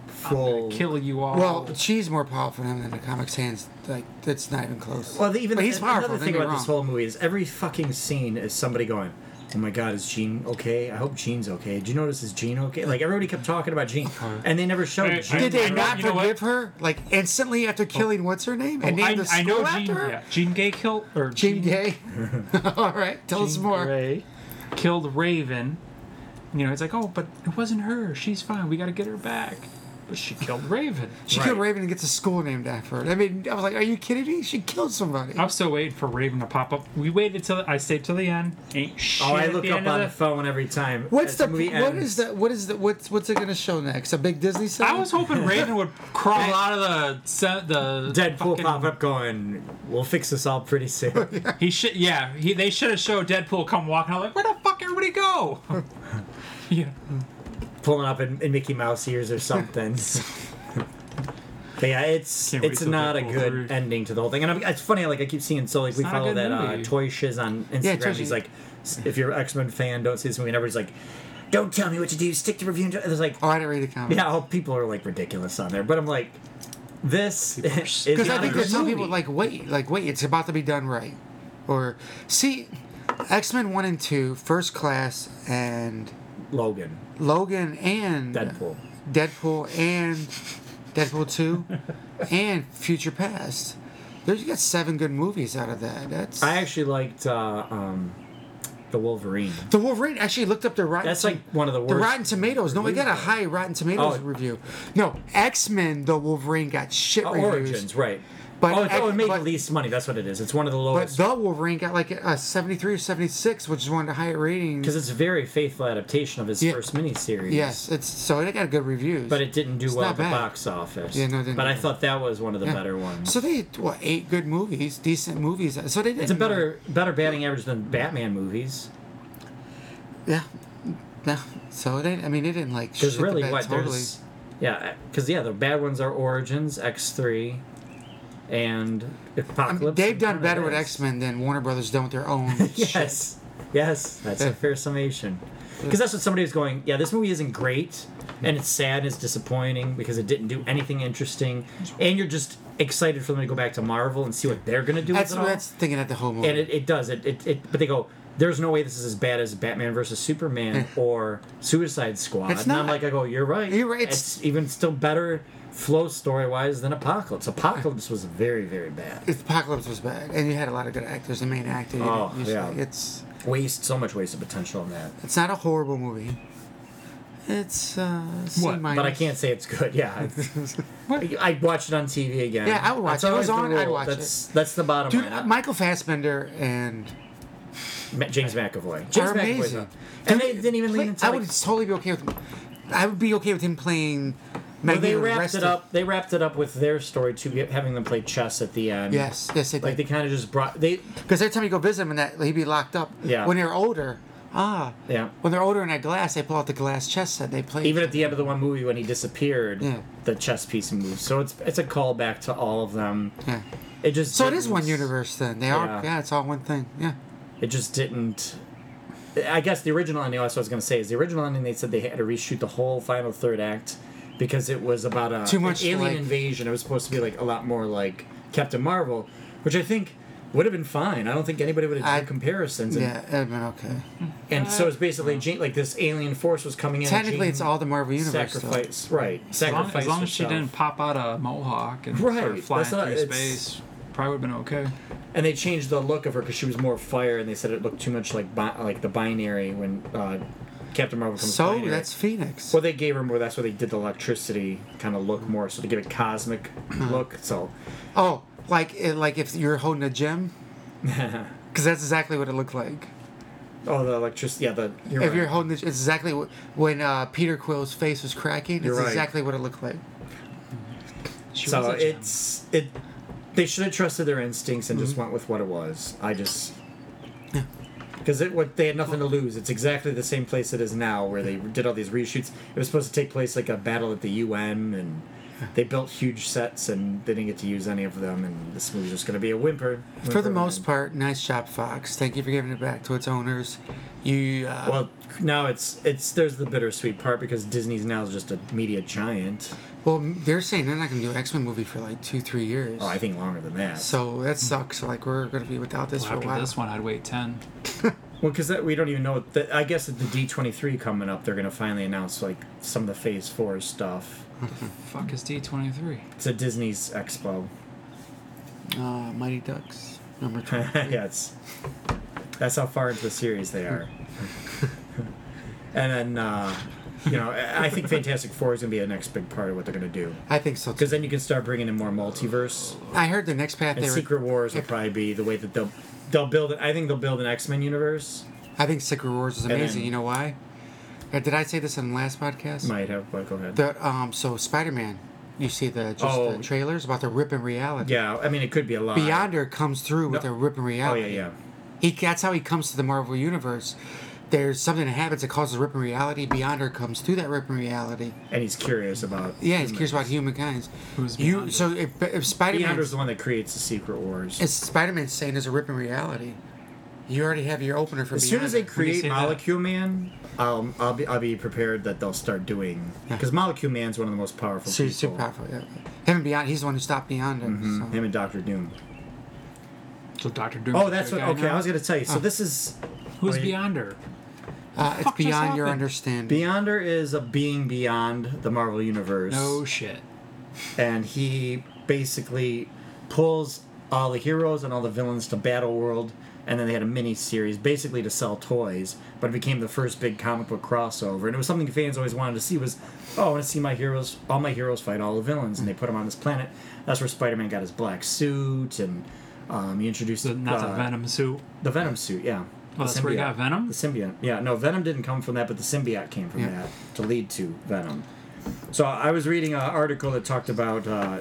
[SPEAKER 3] full.
[SPEAKER 5] kill you all. Oh,
[SPEAKER 4] Well, she's more powerful than him in the comics. Hands like that's not even close.
[SPEAKER 3] Well, the, even
[SPEAKER 4] but he's
[SPEAKER 3] and another
[SPEAKER 4] powerful. Don't
[SPEAKER 3] thing
[SPEAKER 4] get me
[SPEAKER 3] about this
[SPEAKER 4] wrong.
[SPEAKER 3] whole movie is every fucking scene is somebody going, "Oh my God, is Gene okay? I hope Gene's okay. Did you notice is Gene okay?" Like everybody kept talking about Gene,
[SPEAKER 5] Uh-huh.
[SPEAKER 3] and they never showed
[SPEAKER 5] Hey,
[SPEAKER 3] Gene.
[SPEAKER 4] Did they
[SPEAKER 5] You know-
[SPEAKER 4] not
[SPEAKER 5] you know what? Oh.
[SPEAKER 4] forgive her like instantly after killing what's her name and named
[SPEAKER 5] I,
[SPEAKER 4] the
[SPEAKER 5] I
[SPEAKER 4] school
[SPEAKER 5] know
[SPEAKER 4] after
[SPEAKER 5] Gene.
[SPEAKER 4] her?
[SPEAKER 5] Yeah, Gene Gay killed or
[SPEAKER 4] Gene Gay. All right, tell us
[SPEAKER 5] Gene
[SPEAKER 4] more.
[SPEAKER 5] Grey killed Raven. You know, it's like, oh, but it wasn't her. She's fine. We got to get her back. But she killed Raven.
[SPEAKER 4] She killed Raven and gets a school named after her. I mean, I was like, are you kidding me? She killed somebody.
[SPEAKER 5] I'm still waiting for Raven to pop up. We waited till I stayed till the end. Ain't shit.
[SPEAKER 3] Oh, I
[SPEAKER 5] at
[SPEAKER 3] look
[SPEAKER 5] the
[SPEAKER 3] up
[SPEAKER 5] end of
[SPEAKER 3] on
[SPEAKER 5] the-
[SPEAKER 3] the phone every time.
[SPEAKER 4] What's
[SPEAKER 3] as
[SPEAKER 4] the
[SPEAKER 3] movie
[SPEAKER 4] what
[SPEAKER 3] ends.
[SPEAKER 4] is the what is the what's what's it gonna show next? A big Disney set?
[SPEAKER 5] I was hoping Raven would crawl out of the se- the
[SPEAKER 3] Deadpool
[SPEAKER 5] fucking-
[SPEAKER 3] pop up going? We'll fix this all pretty soon.
[SPEAKER 5] He should, yeah. He, they should have showed Deadpool come walking out like, where the fuck everybody go? yeah.
[SPEAKER 3] pulling up in, in Mickey Mouse ears or something. but yeah, it's
[SPEAKER 5] Can't wait
[SPEAKER 3] it's
[SPEAKER 5] till
[SPEAKER 3] not a
[SPEAKER 5] Deadpool
[SPEAKER 3] good
[SPEAKER 5] three.
[SPEAKER 3] ending to the whole thing, and I'm, it's funny. Like I keep seeing, so like we
[SPEAKER 5] not a
[SPEAKER 3] follow
[SPEAKER 5] good
[SPEAKER 3] that uh,
[SPEAKER 5] movie.
[SPEAKER 3] Toy Shiz on Instagram.
[SPEAKER 4] Yeah, Toy
[SPEAKER 3] and he's
[SPEAKER 4] Shiz.
[SPEAKER 3] like, s- if you're an X Men fan, don't see this movie. And everybody's like, don't tell me what to do. Stick to reviewing. And there's like,
[SPEAKER 4] Oh, I didn't read the comic.
[SPEAKER 3] yeah, all people are like ridiculous on there, but I'm like, this is
[SPEAKER 4] Because I
[SPEAKER 3] not a
[SPEAKER 4] think
[SPEAKER 3] good
[SPEAKER 4] there's some
[SPEAKER 3] movie.
[SPEAKER 4] people like wait, like wait, it's about to be done right, or see, X Men One and Two, First Class, and
[SPEAKER 3] Logan,
[SPEAKER 4] Logan and
[SPEAKER 3] Deadpool.
[SPEAKER 4] Deadpool and Deadpool Two, and Future Past. There's you got seven good movies out of that. That's
[SPEAKER 3] I actually liked uh, um, the Wolverine.
[SPEAKER 4] the Wolverine. Actually, looked up the Rotten.
[SPEAKER 3] That's like one of the worst.
[SPEAKER 4] the Rotten Tomatoes. No, we got a
[SPEAKER 3] reviews.
[SPEAKER 4] high Rotten Tomatoes
[SPEAKER 3] Oh.
[SPEAKER 4] review. No, X Men. The Wolverine got shit
[SPEAKER 3] Uh,
[SPEAKER 4] reviews.
[SPEAKER 3] Origins, right?
[SPEAKER 4] But
[SPEAKER 3] oh, it, oh, it
[SPEAKER 4] X-
[SPEAKER 3] made
[SPEAKER 4] but-
[SPEAKER 3] the least money. That's what it is. It's one of the
[SPEAKER 4] But
[SPEAKER 3] lowest
[SPEAKER 4] the Wolverine got like a 73 or 76, which is one of the higher ratings.
[SPEAKER 3] because it's a very faithful adaptation of his
[SPEAKER 4] Yeah.
[SPEAKER 3] first miniseries.
[SPEAKER 4] Yes, it's so it got good reviews.
[SPEAKER 3] but it didn't do
[SPEAKER 4] It's
[SPEAKER 3] well
[SPEAKER 4] not
[SPEAKER 3] at the
[SPEAKER 4] bad.
[SPEAKER 3] box office.
[SPEAKER 4] Yeah, no, it didn't
[SPEAKER 3] but
[SPEAKER 4] do
[SPEAKER 3] I
[SPEAKER 4] well.
[SPEAKER 3] thought that was one of the
[SPEAKER 4] Yeah.
[SPEAKER 3] better ones.
[SPEAKER 4] So they had, what eight good movies, decent movies. So they did.
[SPEAKER 3] it's a better better batting average than Batman movies.
[SPEAKER 4] Yeah. Yeah. So they. I mean, they didn't like. shit
[SPEAKER 3] Because
[SPEAKER 4] the
[SPEAKER 3] really,
[SPEAKER 4] bed
[SPEAKER 3] what
[SPEAKER 4] totally.
[SPEAKER 3] there's yeah, because yeah, the bad ones are Origins, X three, and
[SPEAKER 4] I
[SPEAKER 3] Apocalypse.
[SPEAKER 4] mean, they've
[SPEAKER 3] and
[SPEAKER 4] done
[SPEAKER 3] Planet
[SPEAKER 4] better with
[SPEAKER 3] X.
[SPEAKER 4] X Men than Warner Brothers done with their own. shit.
[SPEAKER 3] Yes. Yes, that's a
[SPEAKER 4] Yeah.
[SPEAKER 3] fair summation. Because that's what somebody was going, yeah, this movie isn't great, and it's sad, and it's disappointing because it didn't do anything interesting, and you're just excited for them to go back to Marvel and see what they're going to do
[SPEAKER 4] That's
[SPEAKER 3] with it all.
[SPEAKER 4] that's thinking at the whole movie.
[SPEAKER 3] and it, it does. It, it, it But they go, there's no way this is as bad as Batman versus Superman or Suicide Squad.
[SPEAKER 4] It's
[SPEAKER 3] and I'm
[SPEAKER 4] not.
[SPEAKER 3] like, I go, you're right.
[SPEAKER 4] You're right,
[SPEAKER 3] It's,
[SPEAKER 4] it's-
[SPEAKER 3] even still better flow story-wise than Apocalypse. Apocalypse was very, very bad.
[SPEAKER 4] Apocalypse was bad, and you had a lot of good actors. The main actor. you
[SPEAKER 3] Oh,
[SPEAKER 4] didn't- you
[SPEAKER 3] yeah.
[SPEAKER 4] say It's
[SPEAKER 3] Waste, so much wasted potential on that.
[SPEAKER 4] it's not a horrible movie. It's uh, C
[SPEAKER 5] What? But
[SPEAKER 4] minus.
[SPEAKER 3] But I can't say it's good. Yeah, I I'd watch it on TV again.
[SPEAKER 4] Yeah, I would watch
[SPEAKER 3] That's
[SPEAKER 4] it. It
[SPEAKER 3] always
[SPEAKER 4] was
[SPEAKER 3] the
[SPEAKER 4] on, I'd
[SPEAKER 3] rule.
[SPEAKER 4] watch it.
[SPEAKER 3] that's, That's the bottom
[SPEAKER 4] Dude,
[SPEAKER 3] line.
[SPEAKER 4] Michael Fassbender and
[SPEAKER 3] Ma- James McAvoy. James McAvoy's
[SPEAKER 4] amazing.
[SPEAKER 3] up. And they didn't even lean into.
[SPEAKER 4] I
[SPEAKER 3] like-
[SPEAKER 4] would totally be okay with. I would be okay with him playing.
[SPEAKER 3] well, they
[SPEAKER 4] Magneto the
[SPEAKER 3] wrapped
[SPEAKER 4] rest
[SPEAKER 3] it
[SPEAKER 4] of-
[SPEAKER 3] up. They wrapped it up with their story to get, having them play chess at the end.
[SPEAKER 4] Yes, yes, they
[SPEAKER 3] Like
[SPEAKER 4] did.
[SPEAKER 3] they kind of just brought they.
[SPEAKER 4] Because every time you go visit him, and that he'd be locked up.
[SPEAKER 3] Yeah.
[SPEAKER 4] When they're older, ah.
[SPEAKER 3] Yeah.
[SPEAKER 4] When they're older in that glass, they pull out the glass chess set. They play.
[SPEAKER 3] Even at the end of the one movie when he disappeared,
[SPEAKER 4] Yeah.
[SPEAKER 3] the chess piece moves. So it's it's a callback to all of them.
[SPEAKER 4] yeah.
[SPEAKER 3] It just
[SPEAKER 4] So it is one
[SPEAKER 3] didn't-
[SPEAKER 4] universe then. They
[SPEAKER 3] Yeah.
[SPEAKER 4] are. Yeah, it's all one thing. Yeah.
[SPEAKER 3] It just didn't. I guess the original ending. That's what I was gonna say. Is the original ending? They said they had to reshoot the whole final third act because it was about a
[SPEAKER 4] Too much,
[SPEAKER 3] an alien
[SPEAKER 4] like-
[SPEAKER 3] invasion. It was supposed to be like a lot more like Captain Marvel, which I think would have been fine. I don't think anybody would have
[SPEAKER 4] I-
[SPEAKER 3] done comparisons. And,
[SPEAKER 4] Yeah. I mean, okay.
[SPEAKER 3] and so it's
[SPEAKER 5] Uh,
[SPEAKER 3] basically Jean, like this alien force was coming in. and
[SPEAKER 4] Technically,
[SPEAKER 3] Jean
[SPEAKER 4] it's all the Marvel universe. though.
[SPEAKER 3] sacrifice, right?
[SPEAKER 5] As long,
[SPEAKER 3] Sacrifice
[SPEAKER 5] as, long as she
[SPEAKER 3] herself.
[SPEAKER 5] didn't pop out a mohawk and
[SPEAKER 3] Right,
[SPEAKER 5] start flying
[SPEAKER 3] that's not-
[SPEAKER 5] through
[SPEAKER 3] it's-
[SPEAKER 5] space, probably would have been okay.
[SPEAKER 3] and they changed the look of her because she was more fire, and they said it looked too much like bi- like the binary when uh, Captain Marvel comes.
[SPEAKER 4] So
[SPEAKER 3] binary.
[SPEAKER 4] that's Phoenix.
[SPEAKER 3] Well, they gave her more. That's why they did the electricity kind of look more, so to give a cosmic
[SPEAKER 4] Uh-huh.
[SPEAKER 3] look. So,
[SPEAKER 4] Oh, like it, like if you're holding a gem. Because that's exactly what it looked like.
[SPEAKER 3] oh, the electricity. Yeah, the you're
[SPEAKER 4] if
[SPEAKER 3] right.
[SPEAKER 4] you're holding this, it's exactly what, when uh, Peter Quill's face was cracking. It's
[SPEAKER 3] You're right.
[SPEAKER 4] exactly what it looked like.
[SPEAKER 5] She
[SPEAKER 3] so
[SPEAKER 5] was a gem.
[SPEAKER 3] it's it. They should have trusted their instincts and just
[SPEAKER 4] Mm-hmm.
[SPEAKER 3] went with what it was. I just because it what they had nothing to lose. It's exactly the same place it is now, where they did all these reshoots. It was supposed to take place like a battle at the UN and. they built huge sets and they didn't get to use any of them, and this movie's just going to be a whimper.
[SPEAKER 4] For the most part, nice job, Fox. Thank you for giving it back to its owners. You uh, well,
[SPEAKER 3] Well, now it's it's there's the bittersweet part because Disney's now just a media giant.
[SPEAKER 4] they're saying they're not going to do an X Men movie for like two, three years.
[SPEAKER 3] Oh, I think longer than that.
[SPEAKER 4] so that sucks. Like we're going to be without this for a
[SPEAKER 5] After
[SPEAKER 4] while.
[SPEAKER 5] this one, I'd wait 10.
[SPEAKER 3] Well, because we don't even know. What the, I guess at the D twenty three coming up, they're gonna finally announce like some of the Phase Four stuff.
[SPEAKER 5] Fuck is D23?
[SPEAKER 3] It's a Disney's Expo.
[SPEAKER 4] Uh, Mighty Ducks number two.
[SPEAKER 3] yeah, it's that's how far into the series they are. and then uh, you know, I I think Fantastic Four is gonna be the next big part of what they're gonna do
[SPEAKER 4] I think so.
[SPEAKER 3] because
[SPEAKER 4] Too.
[SPEAKER 3] then you can start bringing in more multiverse
[SPEAKER 4] I heard the next path
[SPEAKER 3] and
[SPEAKER 4] they
[SPEAKER 3] Secret
[SPEAKER 4] were.
[SPEAKER 3] Wars will probably be the way that they'll they'll build it. I think they'll build an X Men universe.
[SPEAKER 4] I think Secret Wars is
[SPEAKER 3] then-
[SPEAKER 4] amazing. you know why? Uh, Did I say this in the last podcast?
[SPEAKER 3] Might have, but go ahead.
[SPEAKER 4] That um, so Spider Man. You see the just
[SPEAKER 3] Oh.
[SPEAKER 4] the trailers about the rip and reality.
[SPEAKER 3] yeah, I mean it could be a lot.
[SPEAKER 4] Beyonder comes through with
[SPEAKER 3] No.
[SPEAKER 4] a rip and
[SPEAKER 3] Oh
[SPEAKER 4] reality.
[SPEAKER 3] yeah, yeah.
[SPEAKER 4] He that's how he comes to the Marvel universe. There's something that happens that causes rip and reality. Beyonder comes through that rip and reality.
[SPEAKER 3] And he's curious about.
[SPEAKER 4] Yeah, he's curious about humankind.
[SPEAKER 5] Who's
[SPEAKER 4] you?
[SPEAKER 5] Beyonder?
[SPEAKER 4] So if, if Spider Man,
[SPEAKER 3] Beyonder's the one that creates the Secret Wars.
[SPEAKER 4] it's Spider Man saying there's a rip and reality. You already have your opener for.
[SPEAKER 3] As soon as they
[SPEAKER 4] Beyonder.
[SPEAKER 3] create
[SPEAKER 5] say that.
[SPEAKER 3] Molecule Man, um, I'll be I'll be prepared that they'll start doing because Molecule Man's one of the most powerful
[SPEAKER 4] So he's
[SPEAKER 3] people. Mm-hmm.
[SPEAKER 4] super powerful. Yeah. Him and Beyond, he's the one who stopped Beyonder. so.
[SPEAKER 3] Him and Doctor Doom.
[SPEAKER 5] So Dr. Doom.
[SPEAKER 3] Oh, that's what.
[SPEAKER 5] guy
[SPEAKER 3] Okay,
[SPEAKER 5] now?
[SPEAKER 3] I was gonna tell you. So this is
[SPEAKER 5] Who's
[SPEAKER 3] Wait.
[SPEAKER 5] Beyonder?
[SPEAKER 4] Uh, it's
[SPEAKER 5] fuck just
[SPEAKER 4] beyond your
[SPEAKER 5] happened?
[SPEAKER 4] understanding.
[SPEAKER 3] Beyonder is a being beyond the Marvel universe.
[SPEAKER 5] No shit.
[SPEAKER 3] and he basically pulls all the heroes and all the villains to Battle World, and then they had a mini series basically to sell toys, but it became the first big comic book crossover, and it was something fans always wanted to see was, oh, I want to see my heroes, all my heroes fight all the villains, and they put them on this planet. That's where Spider-Man got his black suit, and um, he introduced
[SPEAKER 5] The, not the
[SPEAKER 3] uh,
[SPEAKER 5] Venom suit.
[SPEAKER 3] the Venom suit, yeah.
[SPEAKER 5] Oh,
[SPEAKER 3] The
[SPEAKER 5] that's where he got Venom?
[SPEAKER 3] The symbiote, yeah. No, Venom didn't come from that, but the symbiote came from
[SPEAKER 4] Yeah.
[SPEAKER 3] that to lead to Venom. So I was reading an article that talked about uh,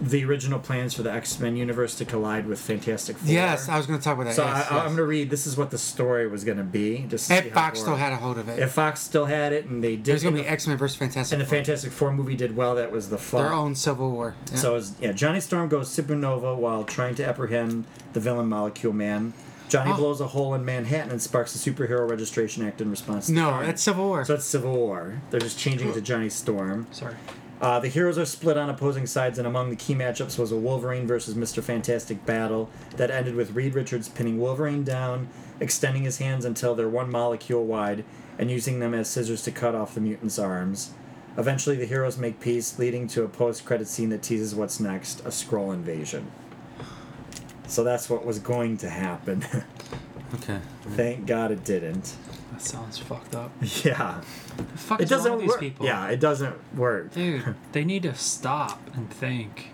[SPEAKER 3] the original plans for the X Men universe to collide with Fantastic Four.
[SPEAKER 4] Yes, I was going to talk about that.
[SPEAKER 3] so
[SPEAKER 4] yes,
[SPEAKER 3] I,
[SPEAKER 4] yes.
[SPEAKER 3] I'm going to read. This is what the story was going to be. Just to see
[SPEAKER 4] If
[SPEAKER 3] how
[SPEAKER 4] Fox
[SPEAKER 3] it
[SPEAKER 4] still
[SPEAKER 3] worked.
[SPEAKER 4] had a hold of it,
[SPEAKER 3] If Fox still had it, and they did.
[SPEAKER 4] there's going to be
[SPEAKER 3] and
[SPEAKER 4] X Men versus
[SPEAKER 3] the-
[SPEAKER 4] Fantastic
[SPEAKER 3] And the
[SPEAKER 4] Four.
[SPEAKER 3] Fantastic Four movie did well. That was the fall.
[SPEAKER 4] their own Civil War. Yeah.
[SPEAKER 3] So it's, yeah, Johnny Storm goes supernova while trying to apprehend the villain Molecule Man. Johnny
[SPEAKER 4] Oh.
[SPEAKER 3] blows a hole in Manhattan and sparks a superhero registration act in response. To
[SPEAKER 4] no,
[SPEAKER 3] crime.
[SPEAKER 4] that's Civil War.
[SPEAKER 3] so it's Civil War. They're just changing to Johnny Storm.
[SPEAKER 5] Sorry.
[SPEAKER 3] Uh, the heroes are split on opposing sides, and among the key matchups was a Wolverine versus Mr. Fantastic battle that ended with Reed Richards pinning Wolverine down, extending his hands until they're one molecule wide, and using them as scissors to cut off the mutant's arms. Eventually, the heroes make peace, leading to a post-credit scene that teases what's next: a scroll invasion. So that's what was going to happen.
[SPEAKER 4] okay.
[SPEAKER 3] Thank God it didn't.
[SPEAKER 5] That sounds fucked up.
[SPEAKER 3] Yeah,
[SPEAKER 5] The fuck
[SPEAKER 3] it
[SPEAKER 5] is wrong
[SPEAKER 3] doesn't
[SPEAKER 5] with these
[SPEAKER 3] work.
[SPEAKER 5] people?
[SPEAKER 3] Yeah, it doesn't work.
[SPEAKER 5] Dude, they need to stop and think.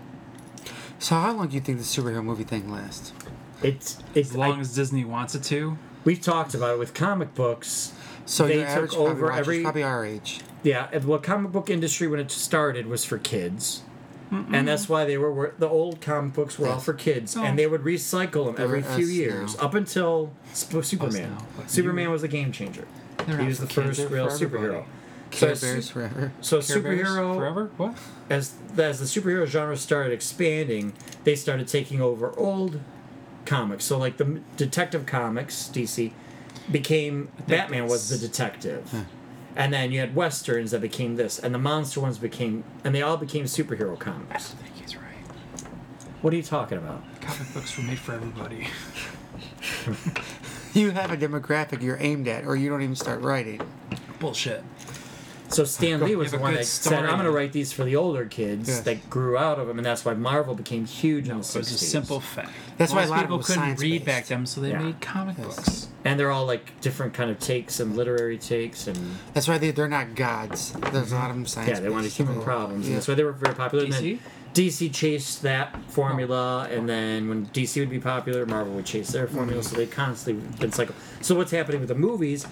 [SPEAKER 4] So how long do you think the superhero movie thing lasts?
[SPEAKER 3] It's it's
[SPEAKER 5] As long
[SPEAKER 3] I-
[SPEAKER 5] as Disney wants it to.
[SPEAKER 3] We've talked about it with comic books.
[SPEAKER 4] So
[SPEAKER 3] They
[SPEAKER 4] your
[SPEAKER 3] took
[SPEAKER 4] average probably
[SPEAKER 3] over
[SPEAKER 4] watcher's
[SPEAKER 3] every-
[SPEAKER 4] probably our age.
[SPEAKER 3] Yeah, and well, comic book industry when it started was for kids, and that's why they were, were the old comic books were all for kids,
[SPEAKER 5] Oh.
[SPEAKER 3] and they would recycle them every
[SPEAKER 4] They're us
[SPEAKER 3] few years
[SPEAKER 4] now.
[SPEAKER 3] up until Sp- Superman.
[SPEAKER 5] now, but
[SPEAKER 3] Superman was a game changer.
[SPEAKER 5] They're
[SPEAKER 3] He
[SPEAKER 5] not
[SPEAKER 3] was
[SPEAKER 5] for
[SPEAKER 3] the
[SPEAKER 5] kids,
[SPEAKER 3] first
[SPEAKER 5] they're
[SPEAKER 3] real
[SPEAKER 5] for everybody.
[SPEAKER 3] superhero. So,
[SPEAKER 4] Care
[SPEAKER 3] su-
[SPEAKER 4] Bears forever.
[SPEAKER 3] so
[SPEAKER 5] Care Bears
[SPEAKER 3] superhero
[SPEAKER 5] forever? What?
[SPEAKER 3] as as the superhero genre started expanding, they started taking over old comics. So like the M- Detective Comics, DC became Batman was the detective. And then you had westerns that became this, and the monster ones became, and they all became superhero comics.
[SPEAKER 5] I think he's right.
[SPEAKER 3] What are you talking about?
[SPEAKER 5] Comic books were made for everybody.
[SPEAKER 4] You have a demographic you're aimed at, or you don't even start writing.
[SPEAKER 5] Bullshit.
[SPEAKER 3] So Stan Lee was the
[SPEAKER 5] Give a
[SPEAKER 3] one
[SPEAKER 5] good
[SPEAKER 3] that
[SPEAKER 5] story.
[SPEAKER 3] said, "I'm going to write these for the older kids
[SPEAKER 4] Yes.
[SPEAKER 3] that grew out of them," and that's why Marvel became huge in the
[SPEAKER 5] It was a
[SPEAKER 3] 60s.
[SPEAKER 5] simple fact.
[SPEAKER 4] That's why a
[SPEAKER 5] Most
[SPEAKER 4] lot of
[SPEAKER 5] people
[SPEAKER 4] it was
[SPEAKER 5] couldn't read
[SPEAKER 4] science-based.
[SPEAKER 5] back then, so they
[SPEAKER 3] Yeah.
[SPEAKER 5] made comic
[SPEAKER 4] Yes.
[SPEAKER 5] books.
[SPEAKER 3] and they're all like different kind of takes and literary takes and
[SPEAKER 4] That's why they, they're not gods. There's a lot of them science. Oh,
[SPEAKER 3] Yeah, they wanted human problems, and that's why they were very popular. And then
[SPEAKER 5] DC?
[SPEAKER 3] DC chased that formula, and then when DC would be popular, Marvel would chase their formula. So they constantly been cycle. So what's happening with the movies?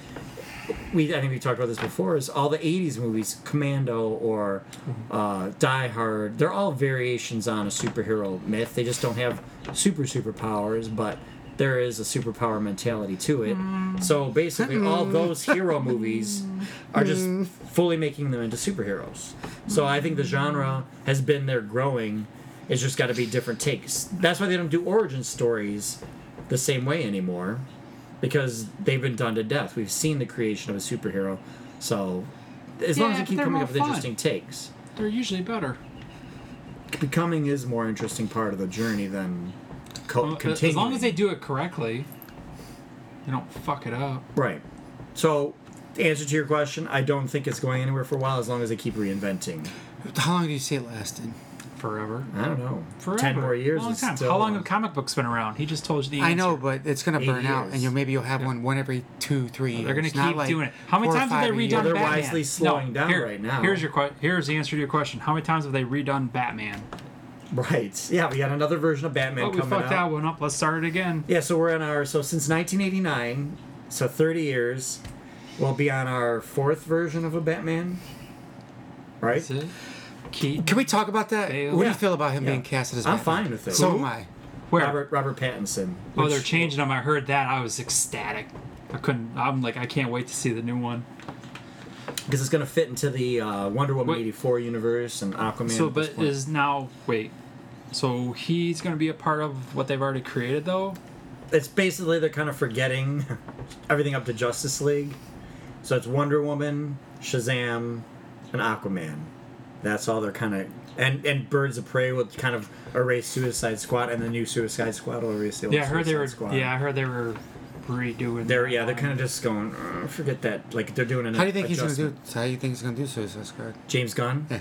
[SPEAKER 3] We I think we talked about this before. Is all the '80s movies, Commando or uh, Die Hard? They're all variations on a superhero myth. They just don't have super superpowers, but there is a superpower mentality to it. So basically, all those hero movies are just fully making them into superheroes. So I think the genre has been there growing. It's just got to be different takes. That's why they don't do origin stories the same way anymore because they've been done to death. We've seen the creation of a superhero. So as long as
[SPEAKER 5] Yeah,
[SPEAKER 3] you keep
[SPEAKER 5] they're
[SPEAKER 3] coming
[SPEAKER 5] more
[SPEAKER 3] up with
[SPEAKER 5] fun.
[SPEAKER 3] interesting takes,
[SPEAKER 5] They're usually better.
[SPEAKER 3] becoming is more interesting part of the journey than co-
[SPEAKER 5] Well, a-
[SPEAKER 3] continuing.
[SPEAKER 5] As long as they do it correctly, they don't fuck it up.
[SPEAKER 3] Right. So, the answer to your question, I don't think it's going anywhere for a while as long as they keep reinventing.
[SPEAKER 4] How long do you see it lasting?
[SPEAKER 5] Forever.
[SPEAKER 3] I don't know.
[SPEAKER 5] Forever.
[SPEAKER 3] Ten more years.
[SPEAKER 5] Long
[SPEAKER 3] is
[SPEAKER 5] time.
[SPEAKER 3] still-
[SPEAKER 5] How long have comic books been around? He just told you the
[SPEAKER 4] I
[SPEAKER 5] answer.
[SPEAKER 4] know, but it's gonna
[SPEAKER 3] Eight
[SPEAKER 4] burn out,
[SPEAKER 3] years.
[SPEAKER 4] and you maybe you'll have one one every two, three years.
[SPEAKER 5] They're gonna
[SPEAKER 4] not
[SPEAKER 5] keep
[SPEAKER 4] like
[SPEAKER 5] doing it. How many
[SPEAKER 4] four or
[SPEAKER 5] times have
[SPEAKER 4] five
[SPEAKER 5] they
[SPEAKER 4] a year.
[SPEAKER 5] redone
[SPEAKER 3] They're
[SPEAKER 5] Batman?
[SPEAKER 3] wisely slowing down right now.
[SPEAKER 5] Here's your que- here's the answer to your question. How many times have they redone Batman?
[SPEAKER 3] Right. Yeah, we got another version of Batman
[SPEAKER 5] Oh, we
[SPEAKER 3] coming
[SPEAKER 5] fucked
[SPEAKER 3] out.
[SPEAKER 5] that one up. Let's start it again.
[SPEAKER 3] Yeah, so we're on our so since 1989, so 30 years, we'll be on our fourth version of a Batman. Right.
[SPEAKER 5] That's it. Keaton.
[SPEAKER 4] Can we talk about that?
[SPEAKER 5] Fail.
[SPEAKER 4] What do
[SPEAKER 3] Yeah.
[SPEAKER 4] you feel about him
[SPEAKER 3] Yeah.
[SPEAKER 4] being casted as
[SPEAKER 3] I'm
[SPEAKER 4] Batman?
[SPEAKER 3] fine with it.
[SPEAKER 4] So
[SPEAKER 3] Who?
[SPEAKER 4] am I.
[SPEAKER 5] Where?
[SPEAKER 3] Robert Robert Pattinson.
[SPEAKER 5] oh,
[SPEAKER 3] which-
[SPEAKER 5] they're changing them. I heard that. I was ecstatic. I couldn't. I'm like, I can't wait to see the new one.
[SPEAKER 3] because it's going to fit into the uh, Wonder Woman
[SPEAKER 5] Wait.
[SPEAKER 3] 84 universe and Aquaman.
[SPEAKER 5] so,
[SPEAKER 3] at this
[SPEAKER 5] but
[SPEAKER 3] point.
[SPEAKER 5] is now wait. So he's gonna be a part of what they've already created, though.
[SPEAKER 3] it's basically they're kind of forgetting everything up to Justice League. So it's Wonder Woman, Shazam, and Aquaman. That's all they're kind of and and Birds of Prey will kind of erase Suicide Squad, and the new Suicide Squad will erase the old
[SPEAKER 5] Yeah, I heard they
[SPEAKER 3] Suicide
[SPEAKER 5] were.
[SPEAKER 3] Squad.
[SPEAKER 5] Yeah, I heard they were redoing.
[SPEAKER 3] they're
[SPEAKER 5] that
[SPEAKER 3] yeah they're
[SPEAKER 5] one.
[SPEAKER 3] kind of just going "Uh, forget that like they're doing an
[SPEAKER 4] How do you think he's gonna do?
[SPEAKER 3] adjustment."
[SPEAKER 4] How do you think he's gonna do Suicide Squad?
[SPEAKER 3] James Gunn.
[SPEAKER 4] Yeah.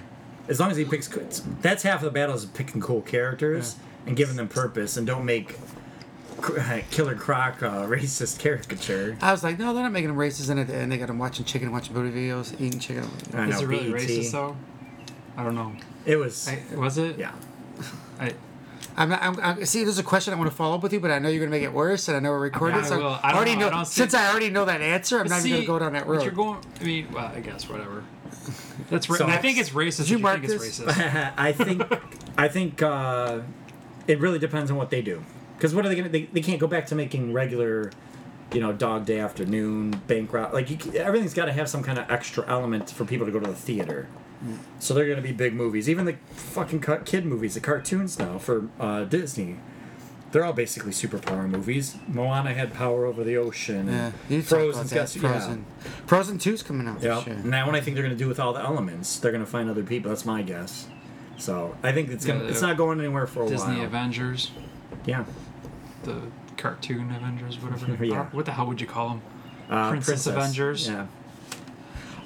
[SPEAKER 3] As long as he picks, co- it's- that's half of the battle is picking cool characters and giving them purpose, and don't make cr- Killer Croc uh, racist caricature.
[SPEAKER 4] I was like, no, they're not making him racist. And at the end, they got him watching chicken, watching movie videos, eating chicken.
[SPEAKER 3] I
[SPEAKER 5] Is
[SPEAKER 3] know,
[SPEAKER 5] it really
[SPEAKER 4] E
[SPEAKER 3] BET.
[SPEAKER 5] racist though? I don't know.
[SPEAKER 3] It was.
[SPEAKER 5] I, was it?
[SPEAKER 3] yeah.
[SPEAKER 5] I,
[SPEAKER 4] I'm, not, I'm, I'm see. There's a question I want to follow up with you, but I know you're gonna make it worse, and I know we're recording.
[SPEAKER 5] I
[SPEAKER 4] so
[SPEAKER 5] will. I don't
[SPEAKER 4] already
[SPEAKER 5] know. I
[SPEAKER 4] know.
[SPEAKER 5] don't see-
[SPEAKER 4] since I already know that answer, I'm
[SPEAKER 5] But
[SPEAKER 4] not even
[SPEAKER 5] see,
[SPEAKER 4] gonna go down that
[SPEAKER 5] but
[SPEAKER 4] road.
[SPEAKER 5] You're going. I mean, well, I guess whatever. That's right.
[SPEAKER 3] So-
[SPEAKER 5] I think it's racist.
[SPEAKER 4] you
[SPEAKER 5] if
[SPEAKER 4] mark
[SPEAKER 5] think
[SPEAKER 4] this?
[SPEAKER 5] It's racist.
[SPEAKER 3] I think. I think uh, it really depends on what they do. Because what are they gonna? They, they can't go back to making regular, you know, dog day afternoon bank rob. Like you, c- everything's got to have some kind of extra element for people to go to the theater.
[SPEAKER 4] Mm.
[SPEAKER 3] So they're gonna be big movies. Even the fucking cut kid movies, the cartoons now for uh, Disney. They're all basically superpower movies. Moana had power over the ocean.
[SPEAKER 4] yeah,
[SPEAKER 3] and
[SPEAKER 4] you talked about
[SPEAKER 3] Frozen's
[SPEAKER 4] that.
[SPEAKER 3] got
[SPEAKER 4] Frozen. Frozen Two's coming out.
[SPEAKER 3] Yeah.
[SPEAKER 4] this year.
[SPEAKER 3] And that one I think they're gonna do with all the elements. They're gonna find other people. That's my guess. So I think it's gonna
[SPEAKER 5] Yeah,
[SPEAKER 3] it's
[SPEAKER 5] the
[SPEAKER 3] not going anywhere for a
[SPEAKER 5] Disney
[SPEAKER 3] while.
[SPEAKER 5] Avengers,
[SPEAKER 3] Yeah.
[SPEAKER 5] the cartoon Avengers, whatever.
[SPEAKER 3] Yeah.
[SPEAKER 5] What the hell would you call them?
[SPEAKER 3] Uh,
[SPEAKER 5] Princess Avengers.
[SPEAKER 3] Yeah.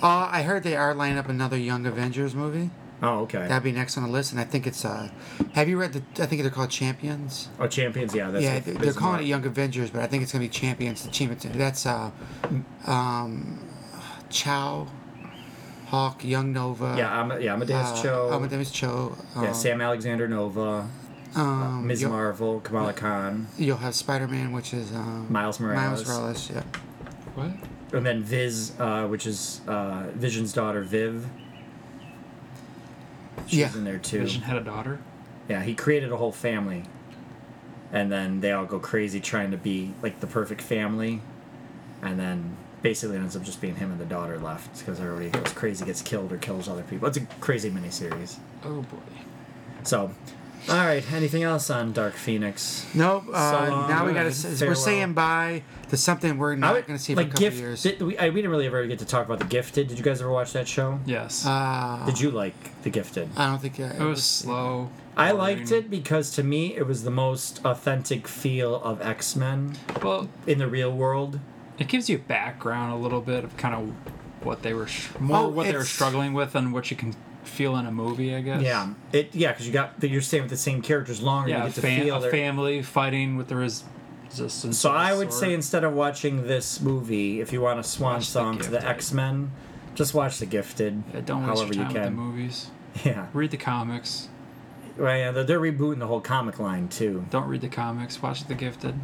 [SPEAKER 4] Uh, I heard they are lining up another Young Avengers movie.
[SPEAKER 3] Oh, okay.
[SPEAKER 4] That'd be next on the list, and I think it's. Uh, have you read the? I think they're called Champions.
[SPEAKER 3] oh, champions. Yeah, that's
[SPEAKER 4] yeah,
[SPEAKER 3] what
[SPEAKER 4] they're,
[SPEAKER 3] Bismarck-
[SPEAKER 4] calling it Young Avengers, but I think it's gonna be Champions. Champions. That's uh, um, Chow, Hawk, Young Nova.
[SPEAKER 3] Yeah, I'm yeah, Amadeus
[SPEAKER 4] uh,
[SPEAKER 3] Cho.
[SPEAKER 4] Oh, my name is Cho. Um,
[SPEAKER 3] yeah, Sam Alexander Nova,
[SPEAKER 4] um,
[SPEAKER 3] Ms.
[SPEAKER 4] you'll,
[SPEAKER 3] Marvel, Kamala Khan,
[SPEAKER 4] You'll have Spider-Man, which is um,
[SPEAKER 3] Miles Morales.
[SPEAKER 4] Miles Morales. Yeah.
[SPEAKER 5] What?
[SPEAKER 3] and then Viz, uh, which is uh, Vision's daughter, Viv. She's
[SPEAKER 4] Yeah.
[SPEAKER 3] in there too.
[SPEAKER 5] Vision had a daughter.
[SPEAKER 3] Yeah, he created a whole family. And then they all go crazy trying to be like the perfect family. And then basically it ends up just being him and the daughter left because everybody goes crazy, gets killed, or kills other people. It's a crazy miniseries.
[SPEAKER 5] Oh boy.
[SPEAKER 3] So, all right, anything else on Dark Phoenix?
[SPEAKER 4] No. Uh,
[SPEAKER 3] So long,
[SPEAKER 4] now we gotta.
[SPEAKER 3] and
[SPEAKER 4] s- We're
[SPEAKER 3] farewell.
[SPEAKER 4] saying bye to something we're
[SPEAKER 3] I
[SPEAKER 4] not
[SPEAKER 3] would-
[SPEAKER 4] gonna see for
[SPEAKER 3] like
[SPEAKER 4] a couple
[SPEAKER 3] Gift-
[SPEAKER 4] years.
[SPEAKER 3] Did, we, I, we didn't really ever get to talk about The Gifted. Did you guys ever watch that show?
[SPEAKER 5] Yes.
[SPEAKER 4] uh,
[SPEAKER 3] Did you like The Gifted?
[SPEAKER 4] I don't think. Uh, it
[SPEAKER 5] it was
[SPEAKER 4] was,
[SPEAKER 5] slow.
[SPEAKER 3] I
[SPEAKER 5] boring.
[SPEAKER 3] liked it because to me it was the most authentic feel of X Men
[SPEAKER 5] Well,
[SPEAKER 3] in the real world.
[SPEAKER 5] it gives you background a little bit of kind of what they were str- more
[SPEAKER 4] Oh,
[SPEAKER 5] what they were
[SPEAKER 4] it's-
[SPEAKER 5] struggling with and what you can feel in a movie, I guess.
[SPEAKER 3] Yeah, it yeah because you got you're staying with the same characters longer.
[SPEAKER 5] Yeah.
[SPEAKER 3] you
[SPEAKER 5] A,
[SPEAKER 3] get to
[SPEAKER 5] fam-
[SPEAKER 3] feel
[SPEAKER 5] a
[SPEAKER 3] their.
[SPEAKER 5] family fighting with the res- resistance.
[SPEAKER 3] so
[SPEAKER 5] of a
[SPEAKER 3] I would
[SPEAKER 5] sort.
[SPEAKER 3] say instead of watching this movie, if you want a swan
[SPEAKER 5] Watch The
[SPEAKER 3] song to the
[SPEAKER 5] Gifted.
[SPEAKER 3] X Men, just watch The Gifted.
[SPEAKER 5] Yeah, don't waste
[SPEAKER 3] however
[SPEAKER 5] your time
[SPEAKER 3] you
[SPEAKER 5] with the
[SPEAKER 3] can.
[SPEAKER 5] movies.
[SPEAKER 3] yeah,
[SPEAKER 5] Read the comics.
[SPEAKER 3] right. Yeah, they're, they're rebooting the whole comic line too.
[SPEAKER 5] Don't read the comics. Watch The Gifted.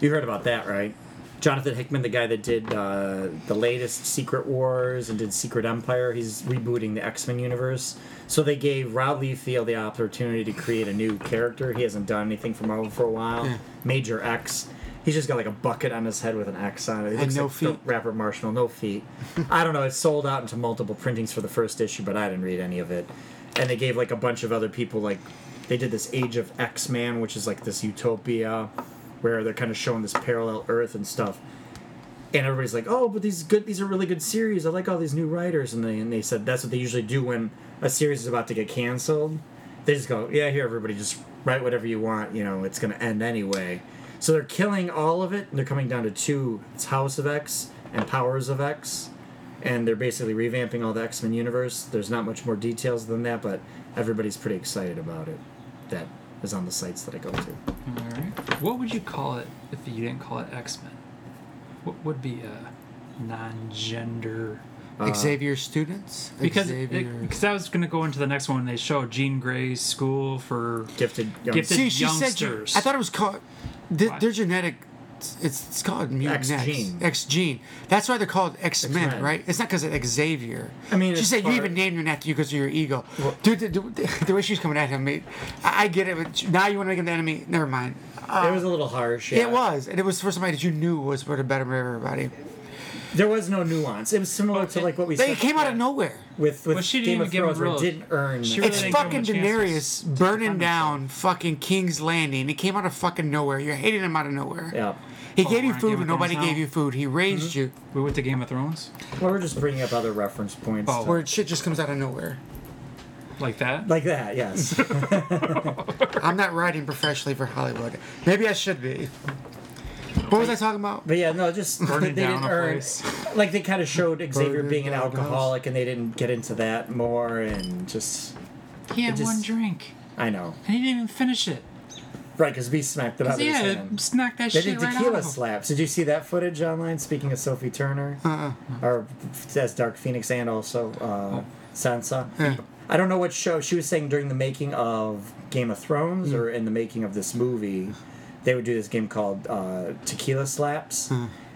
[SPEAKER 3] You heard about that, right? Jonathan Hickman, the guy that did uh, the latest Secret Wars and did Secret Empire, he's rebooting the X Men universe. So they gave Rod Liefeld the opportunity to create a new character. He hasn't done anything for Marvel for a while. Major X. He's just got like a bucket on his head with an X on it. He looks
[SPEAKER 4] no
[SPEAKER 3] like
[SPEAKER 4] feet.
[SPEAKER 3] The rapper Marshall, no feet. I don't know. It sold out into multiple printings for the first issue, but I didn't read any of it. And they gave like a bunch of other people like they did this Age of X Man, which is like this utopia where they're kind of showing this parallel Earth and stuff. And everybody's like, "Oh, but these good, these are really good series. I like all these new writers." And they and they said that's what they usually do when a series is about to get canceled. They just go, "Yeah, here, everybody, just write whatever you want. You know, it's going to end anyway." So they're killing all of it, and they're coming down to two: it's House of X and Powers of X and they're basically revamping all the X Men universe. There's not much more details than that, but everybody's pretty excited about it. That is on the sites that I go to.
[SPEAKER 5] All right. What would you call it if you didn't call it X Men? What would be a non-gender?
[SPEAKER 3] uh,
[SPEAKER 4] Xavier students.
[SPEAKER 5] Because
[SPEAKER 4] Xavier.
[SPEAKER 5] because I was gonna go into the next one. They show Jean Grey's school for
[SPEAKER 3] Gifted um, young
[SPEAKER 5] Gifted-
[SPEAKER 4] See, she said. Gen-
[SPEAKER 5] youngsters.
[SPEAKER 4] I thought it was called. Th-
[SPEAKER 5] What?
[SPEAKER 4] they're genetic. It's, it's called mutant X.
[SPEAKER 3] X-gene.
[SPEAKER 4] X gene. That's why they're called X Men,
[SPEAKER 3] X-Men.
[SPEAKER 4] right? It's not because of Xavier.
[SPEAKER 3] I mean,
[SPEAKER 4] she
[SPEAKER 3] it's
[SPEAKER 4] said you
[SPEAKER 3] part-
[SPEAKER 4] even named him after you because of your ego, dude. The, the, the way she's coming at him, mate. I, I get it. But now you want to make him the enemy. Never mind. Uh,
[SPEAKER 3] it was a little harsh. yeah.
[SPEAKER 4] It was, and it was for somebody that you knew was for the betterment of everybody.
[SPEAKER 3] There was no nuance. It was similar to like what we
[SPEAKER 4] They
[SPEAKER 3] said
[SPEAKER 4] came out of nowhere.
[SPEAKER 3] with with
[SPEAKER 5] Well, she didn't
[SPEAKER 3] Game
[SPEAKER 5] even
[SPEAKER 3] of
[SPEAKER 5] give him
[SPEAKER 3] Thrones, where it
[SPEAKER 5] rules.
[SPEAKER 3] didn't earn.
[SPEAKER 5] She
[SPEAKER 3] that.
[SPEAKER 5] really
[SPEAKER 4] It's
[SPEAKER 5] didn't give
[SPEAKER 4] fucking
[SPEAKER 5] him a chance.
[SPEAKER 4] Daenerys burning
[SPEAKER 5] Understand.
[SPEAKER 4] down fucking King's Landing. He came out of fucking nowhere. You're hating him out of nowhere.
[SPEAKER 3] yeah.
[SPEAKER 4] He
[SPEAKER 5] Oh,
[SPEAKER 4] gave you
[SPEAKER 5] we're on
[SPEAKER 4] food
[SPEAKER 5] Game
[SPEAKER 4] when
[SPEAKER 5] of
[SPEAKER 4] nobody
[SPEAKER 5] Thrones now?
[SPEAKER 4] gave you food. He raised
[SPEAKER 3] Mm-hmm.
[SPEAKER 4] you.
[SPEAKER 5] We went to Game of Thrones
[SPEAKER 3] Well, we're just bringing up other reference points.
[SPEAKER 5] Oh.
[SPEAKER 4] Where shit just comes out of nowhere.
[SPEAKER 5] like that.
[SPEAKER 3] Like that, yes.
[SPEAKER 4] I'm not writing professionally for Hollywood. Maybe I should be. What was I talking about?
[SPEAKER 3] But yeah, no, just
[SPEAKER 5] Burning
[SPEAKER 3] they
[SPEAKER 5] down
[SPEAKER 3] didn't
[SPEAKER 5] a
[SPEAKER 3] earn.
[SPEAKER 5] place.
[SPEAKER 3] Like they kind of showed Xavier
[SPEAKER 4] Burning
[SPEAKER 3] being an
[SPEAKER 4] down a house.
[SPEAKER 3] alcoholic, and they didn't get into that more, and just
[SPEAKER 5] He had
[SPEAKER 3] It just-
[SPEAKER 5] one drink
[SPEAKER 3] I know,
[SPEAKER 5] and he didn't even finish it.
[SPEAKER 3] right? Because we smacked it out of his
[SPEAKER 5] Yeah,
[SPEAKER 3] hand.
[SPEAKER 5] smack that
[SPEAKER 3] They
[SPEAKER 5] shit
[SPEAKER 3] did
[SPEAKER 5] right
[SPEAKER 3] tequila
[SPEAKER 5] out. of him.
[SPEAKER 3] slaps. Did you see that footage online? Speaking of Sophie Turner, or as Dark Phoenix and also uh, Sansa. I don't know what show she was saying during the making of Game of Thrones or in the making of this movie. They would do this game called uh, Tequila Slaps,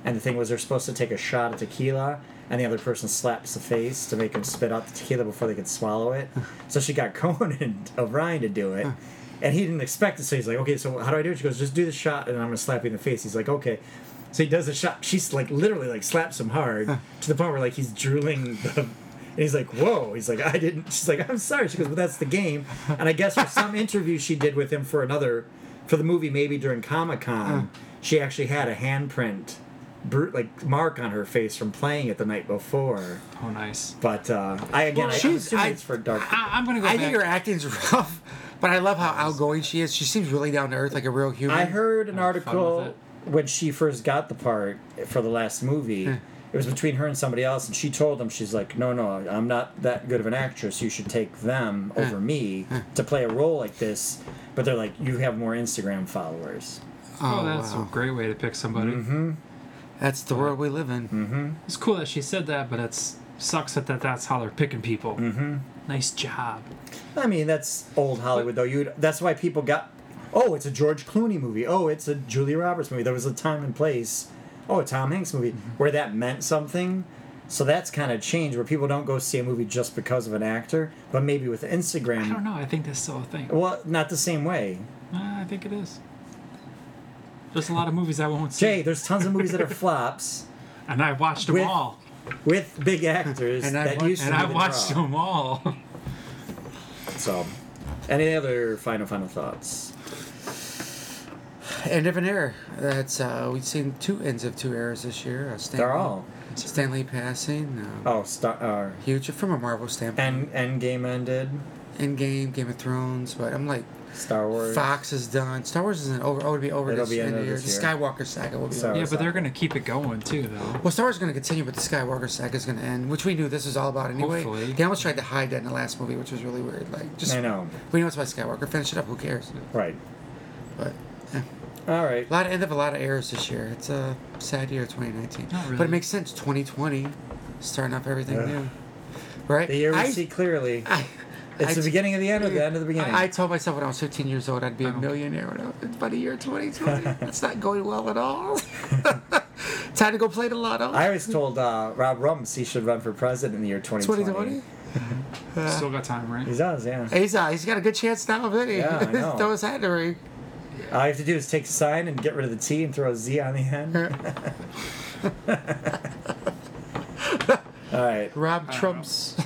[SPEAKER 3] and the thing was they're supposed to take a shot of tequila, and the other person slaps the face to make them spit out the tequila before they could swallow it. so she got Conan O'Brien to do it. And he didn't expect it, so he's like, "Okay, so how do I do it?" She goes, "Just do the shot, and I'm gonna slap you in the face." He's like, "Okay." So he does the shot. She's like, literally, like slaps him hard to the point where like he's drooling. The, and he's like, "Whoa!" He's like, "I didn't." She's like, "I'm sorry." She goes, "But that's the game." And I guess for some interview she did with him for another, for the movie maybe during Comic Con, she actually had a handprint, br- like mark on her face from playing it the night before.
[SPEAKER 5] Oh, nice.
[SPEAKER 3] But uh, I again, I, am
[SPEAKER 4] she's-
[SPEAKER 3] assuming
[SPEAKER 4] I-
[SPEAKER 3] it's for dark.
[SPEAKER 5] I, I'm gonna go.
[SPEAKER 4] I
[SPEAKER 5] back.
[SPEAKER 4] think her acting's rough, but I love how outgoing she is. She seems really down to earth, like a real human.
[SPEAKER 3] I heard an
[SPEAKER 5] Having fun with
[SPEAKER 3] article
[SPEAKER 5] it.
[SPEAKER 3] when she first got the part for the last movie. It was between her and somebody else, and she told him, she's like, no, no, I'm not that good of an actress. You should take them over me to play a role like this. But they're like, you have more Instagram followers.
[SPEAKER 5] Oh, that's a great way to pick somebody.
[SPEAKER 4] That's the world we live in.
[SPEAKER 3] Mm-hmm.
[SPEAKER 5] It's cool that she said that, but it's sucks that, that that's how they're picking people. Mm-hmm. Nice job.
[SPEAKER 3] I mean, that's old Hollywood, though. You That's why people got, oh, it's a George Clooney movie. Oh, it's a Julia Roberts movie. There was a time and place. Oh, a Tom Hanks movie
[SPEAKER 5] Mm-hmm.
[SPEAKER 3] where that meant something. So that's kind of changed where people don't go see a movie just because of an actor, but maybe with Instagram.
[SPEAKER 5] I don't know. I think that's still a thing.
[SPEAKER 3] Well, not the same way.
[SPEAKER 5] Ah, I think it is. There's a lot of movies I won't see,
[SPEAKER 3] Jay, there's tons of movies that are flops
[SPEAKER 5] and I watched them
[SPEAKER 3] With-
[SPEAKER 5] all.
[SPEAKER 3] with big actors
[SPEAKER 4] And I've
[SPEAKER 3] that
[SPEAKER 4] watched-
[SPEAKER 3] used to
[SPEAKER 5] And
[SPEAKER 3] be
[SPEAKER 5] I
[SPEAKER 3] the
[SPEAKER 5] watched
[SPEAKER 3] draw.
[SPEAKER 5] them all.
[SPEAKER 3] So, any other final final thoughts?
[SPEAKER 4] End of an era. That's uh, we've seen two ends of two eras this year. Uh, Stanley,
[SPEAKER 3] They're all
[SPEAKER 4] Stanley passing. Um,
[SPEAKER 3] oh star uh,
[SPEAKER 4] Huge from a Marvel standpoint.
[SPEAKER 3] end Endgame ended,
[SPEAKER 4] Endgame, Game of Thrones, but I'm like,
[SPEAKER 3] Star Wars.
[SPEAKER 4] Fox is done. Star Wars isn't over. Oh, it'll be over
[SPEAKER 3] It'll
[SPEAKER 4] this
[SPEAKER 3] be end
[SPEAKER 4] end of
[SPEAKER 3] of
[SPEAKER 4] the year.
[SPEAKER 3] this
[SPEAKER 4] The
[SPEAKER 3] year.
[SPEAKER 4] Skywalker saga will be
[SPEAKER 3] So-
[SPEAKER 4] over.
[SPEAKER 5] Yeah, but they're gonna keep it going too, though.
[SPEAKER 4] Well, Star Wars is going to continue, but the Skywalker saga is going to end, which we knew this was all about anyway.
[SPEAKER 5] Hopefully.
[SPEAKER 4] They almost tried to hide that in the last movie, which was really weird. Like, just
[SPEAKER 3] I know,
[SPEAKER 4] we know it's about Skywalker. Finish it up. Who cares?
[SPEAKER 3] right?
[SPEAKER 4] But
[SPEAKER 3] All right.
[SPEAKER 4] a lot of end of a lot of errors this year. It's a sad year, 2019.
[SPEAKER 5] Not
[SPEAKER 4] But it
[SPEAKER 5] really.
[SPEAKER 4] makes sense. 2020, starting off everything
[SPEAKER 3] Ugh.
[SPEAKER 4] new, right?
[SPEAKER 3] The year we
[SPEAKER 4] I,
[SPEAKER 3] see clearly.
[SPEAKER 4] I,
[SPEAKER 3] it's
[SPEAKER 4] I-
[SPEAKER 3] the beginning of the end or the end of the beginning.
[SPEAKER 4] I told myself when I was 15 years old
[SPEAKER 3] Oh.
[SPEAKER 4] I'd be a
[SPEAKER 5] don't-
[SPEAKER 4] millionaire when I, by the year 2020. That's not going well at all. Time to go play the lotto.
[SPEAKER 3] I always told uh, Rob Rumps he should run for president in the year 2020.
[SPEAKER 4] 2020.
[SPEAKER 5] Still got time, right?
[SPEAKER 3] He does, yeah.
[SPEAKER 4] He's, uh, he's got a good chance now of it. He-
[SPEAKER 3] Yeah, I know.
[SPEAKER 4] Throw his hat in the ring.
[SPEAKER 3] All you have to do is take a sign and get rid of the T and throw a Z on the end. All right,
[SPEAKER 4] Rob Trump's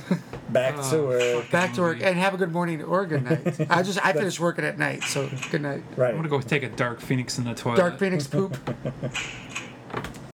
[SPEAKER 3] back
[SPEAKER 4] Oh,
[SPEAKER 3] to work.
[SPEAKER 4] back to work and have a good morning or good night. I just I finished working at night, so good night.
[SPEAKER 3] Right.
[SPEAKER 5] I'm gonna go take a Dark Phoenix in the toilet.
[SPEAKER 4] Dark Phoenix poop.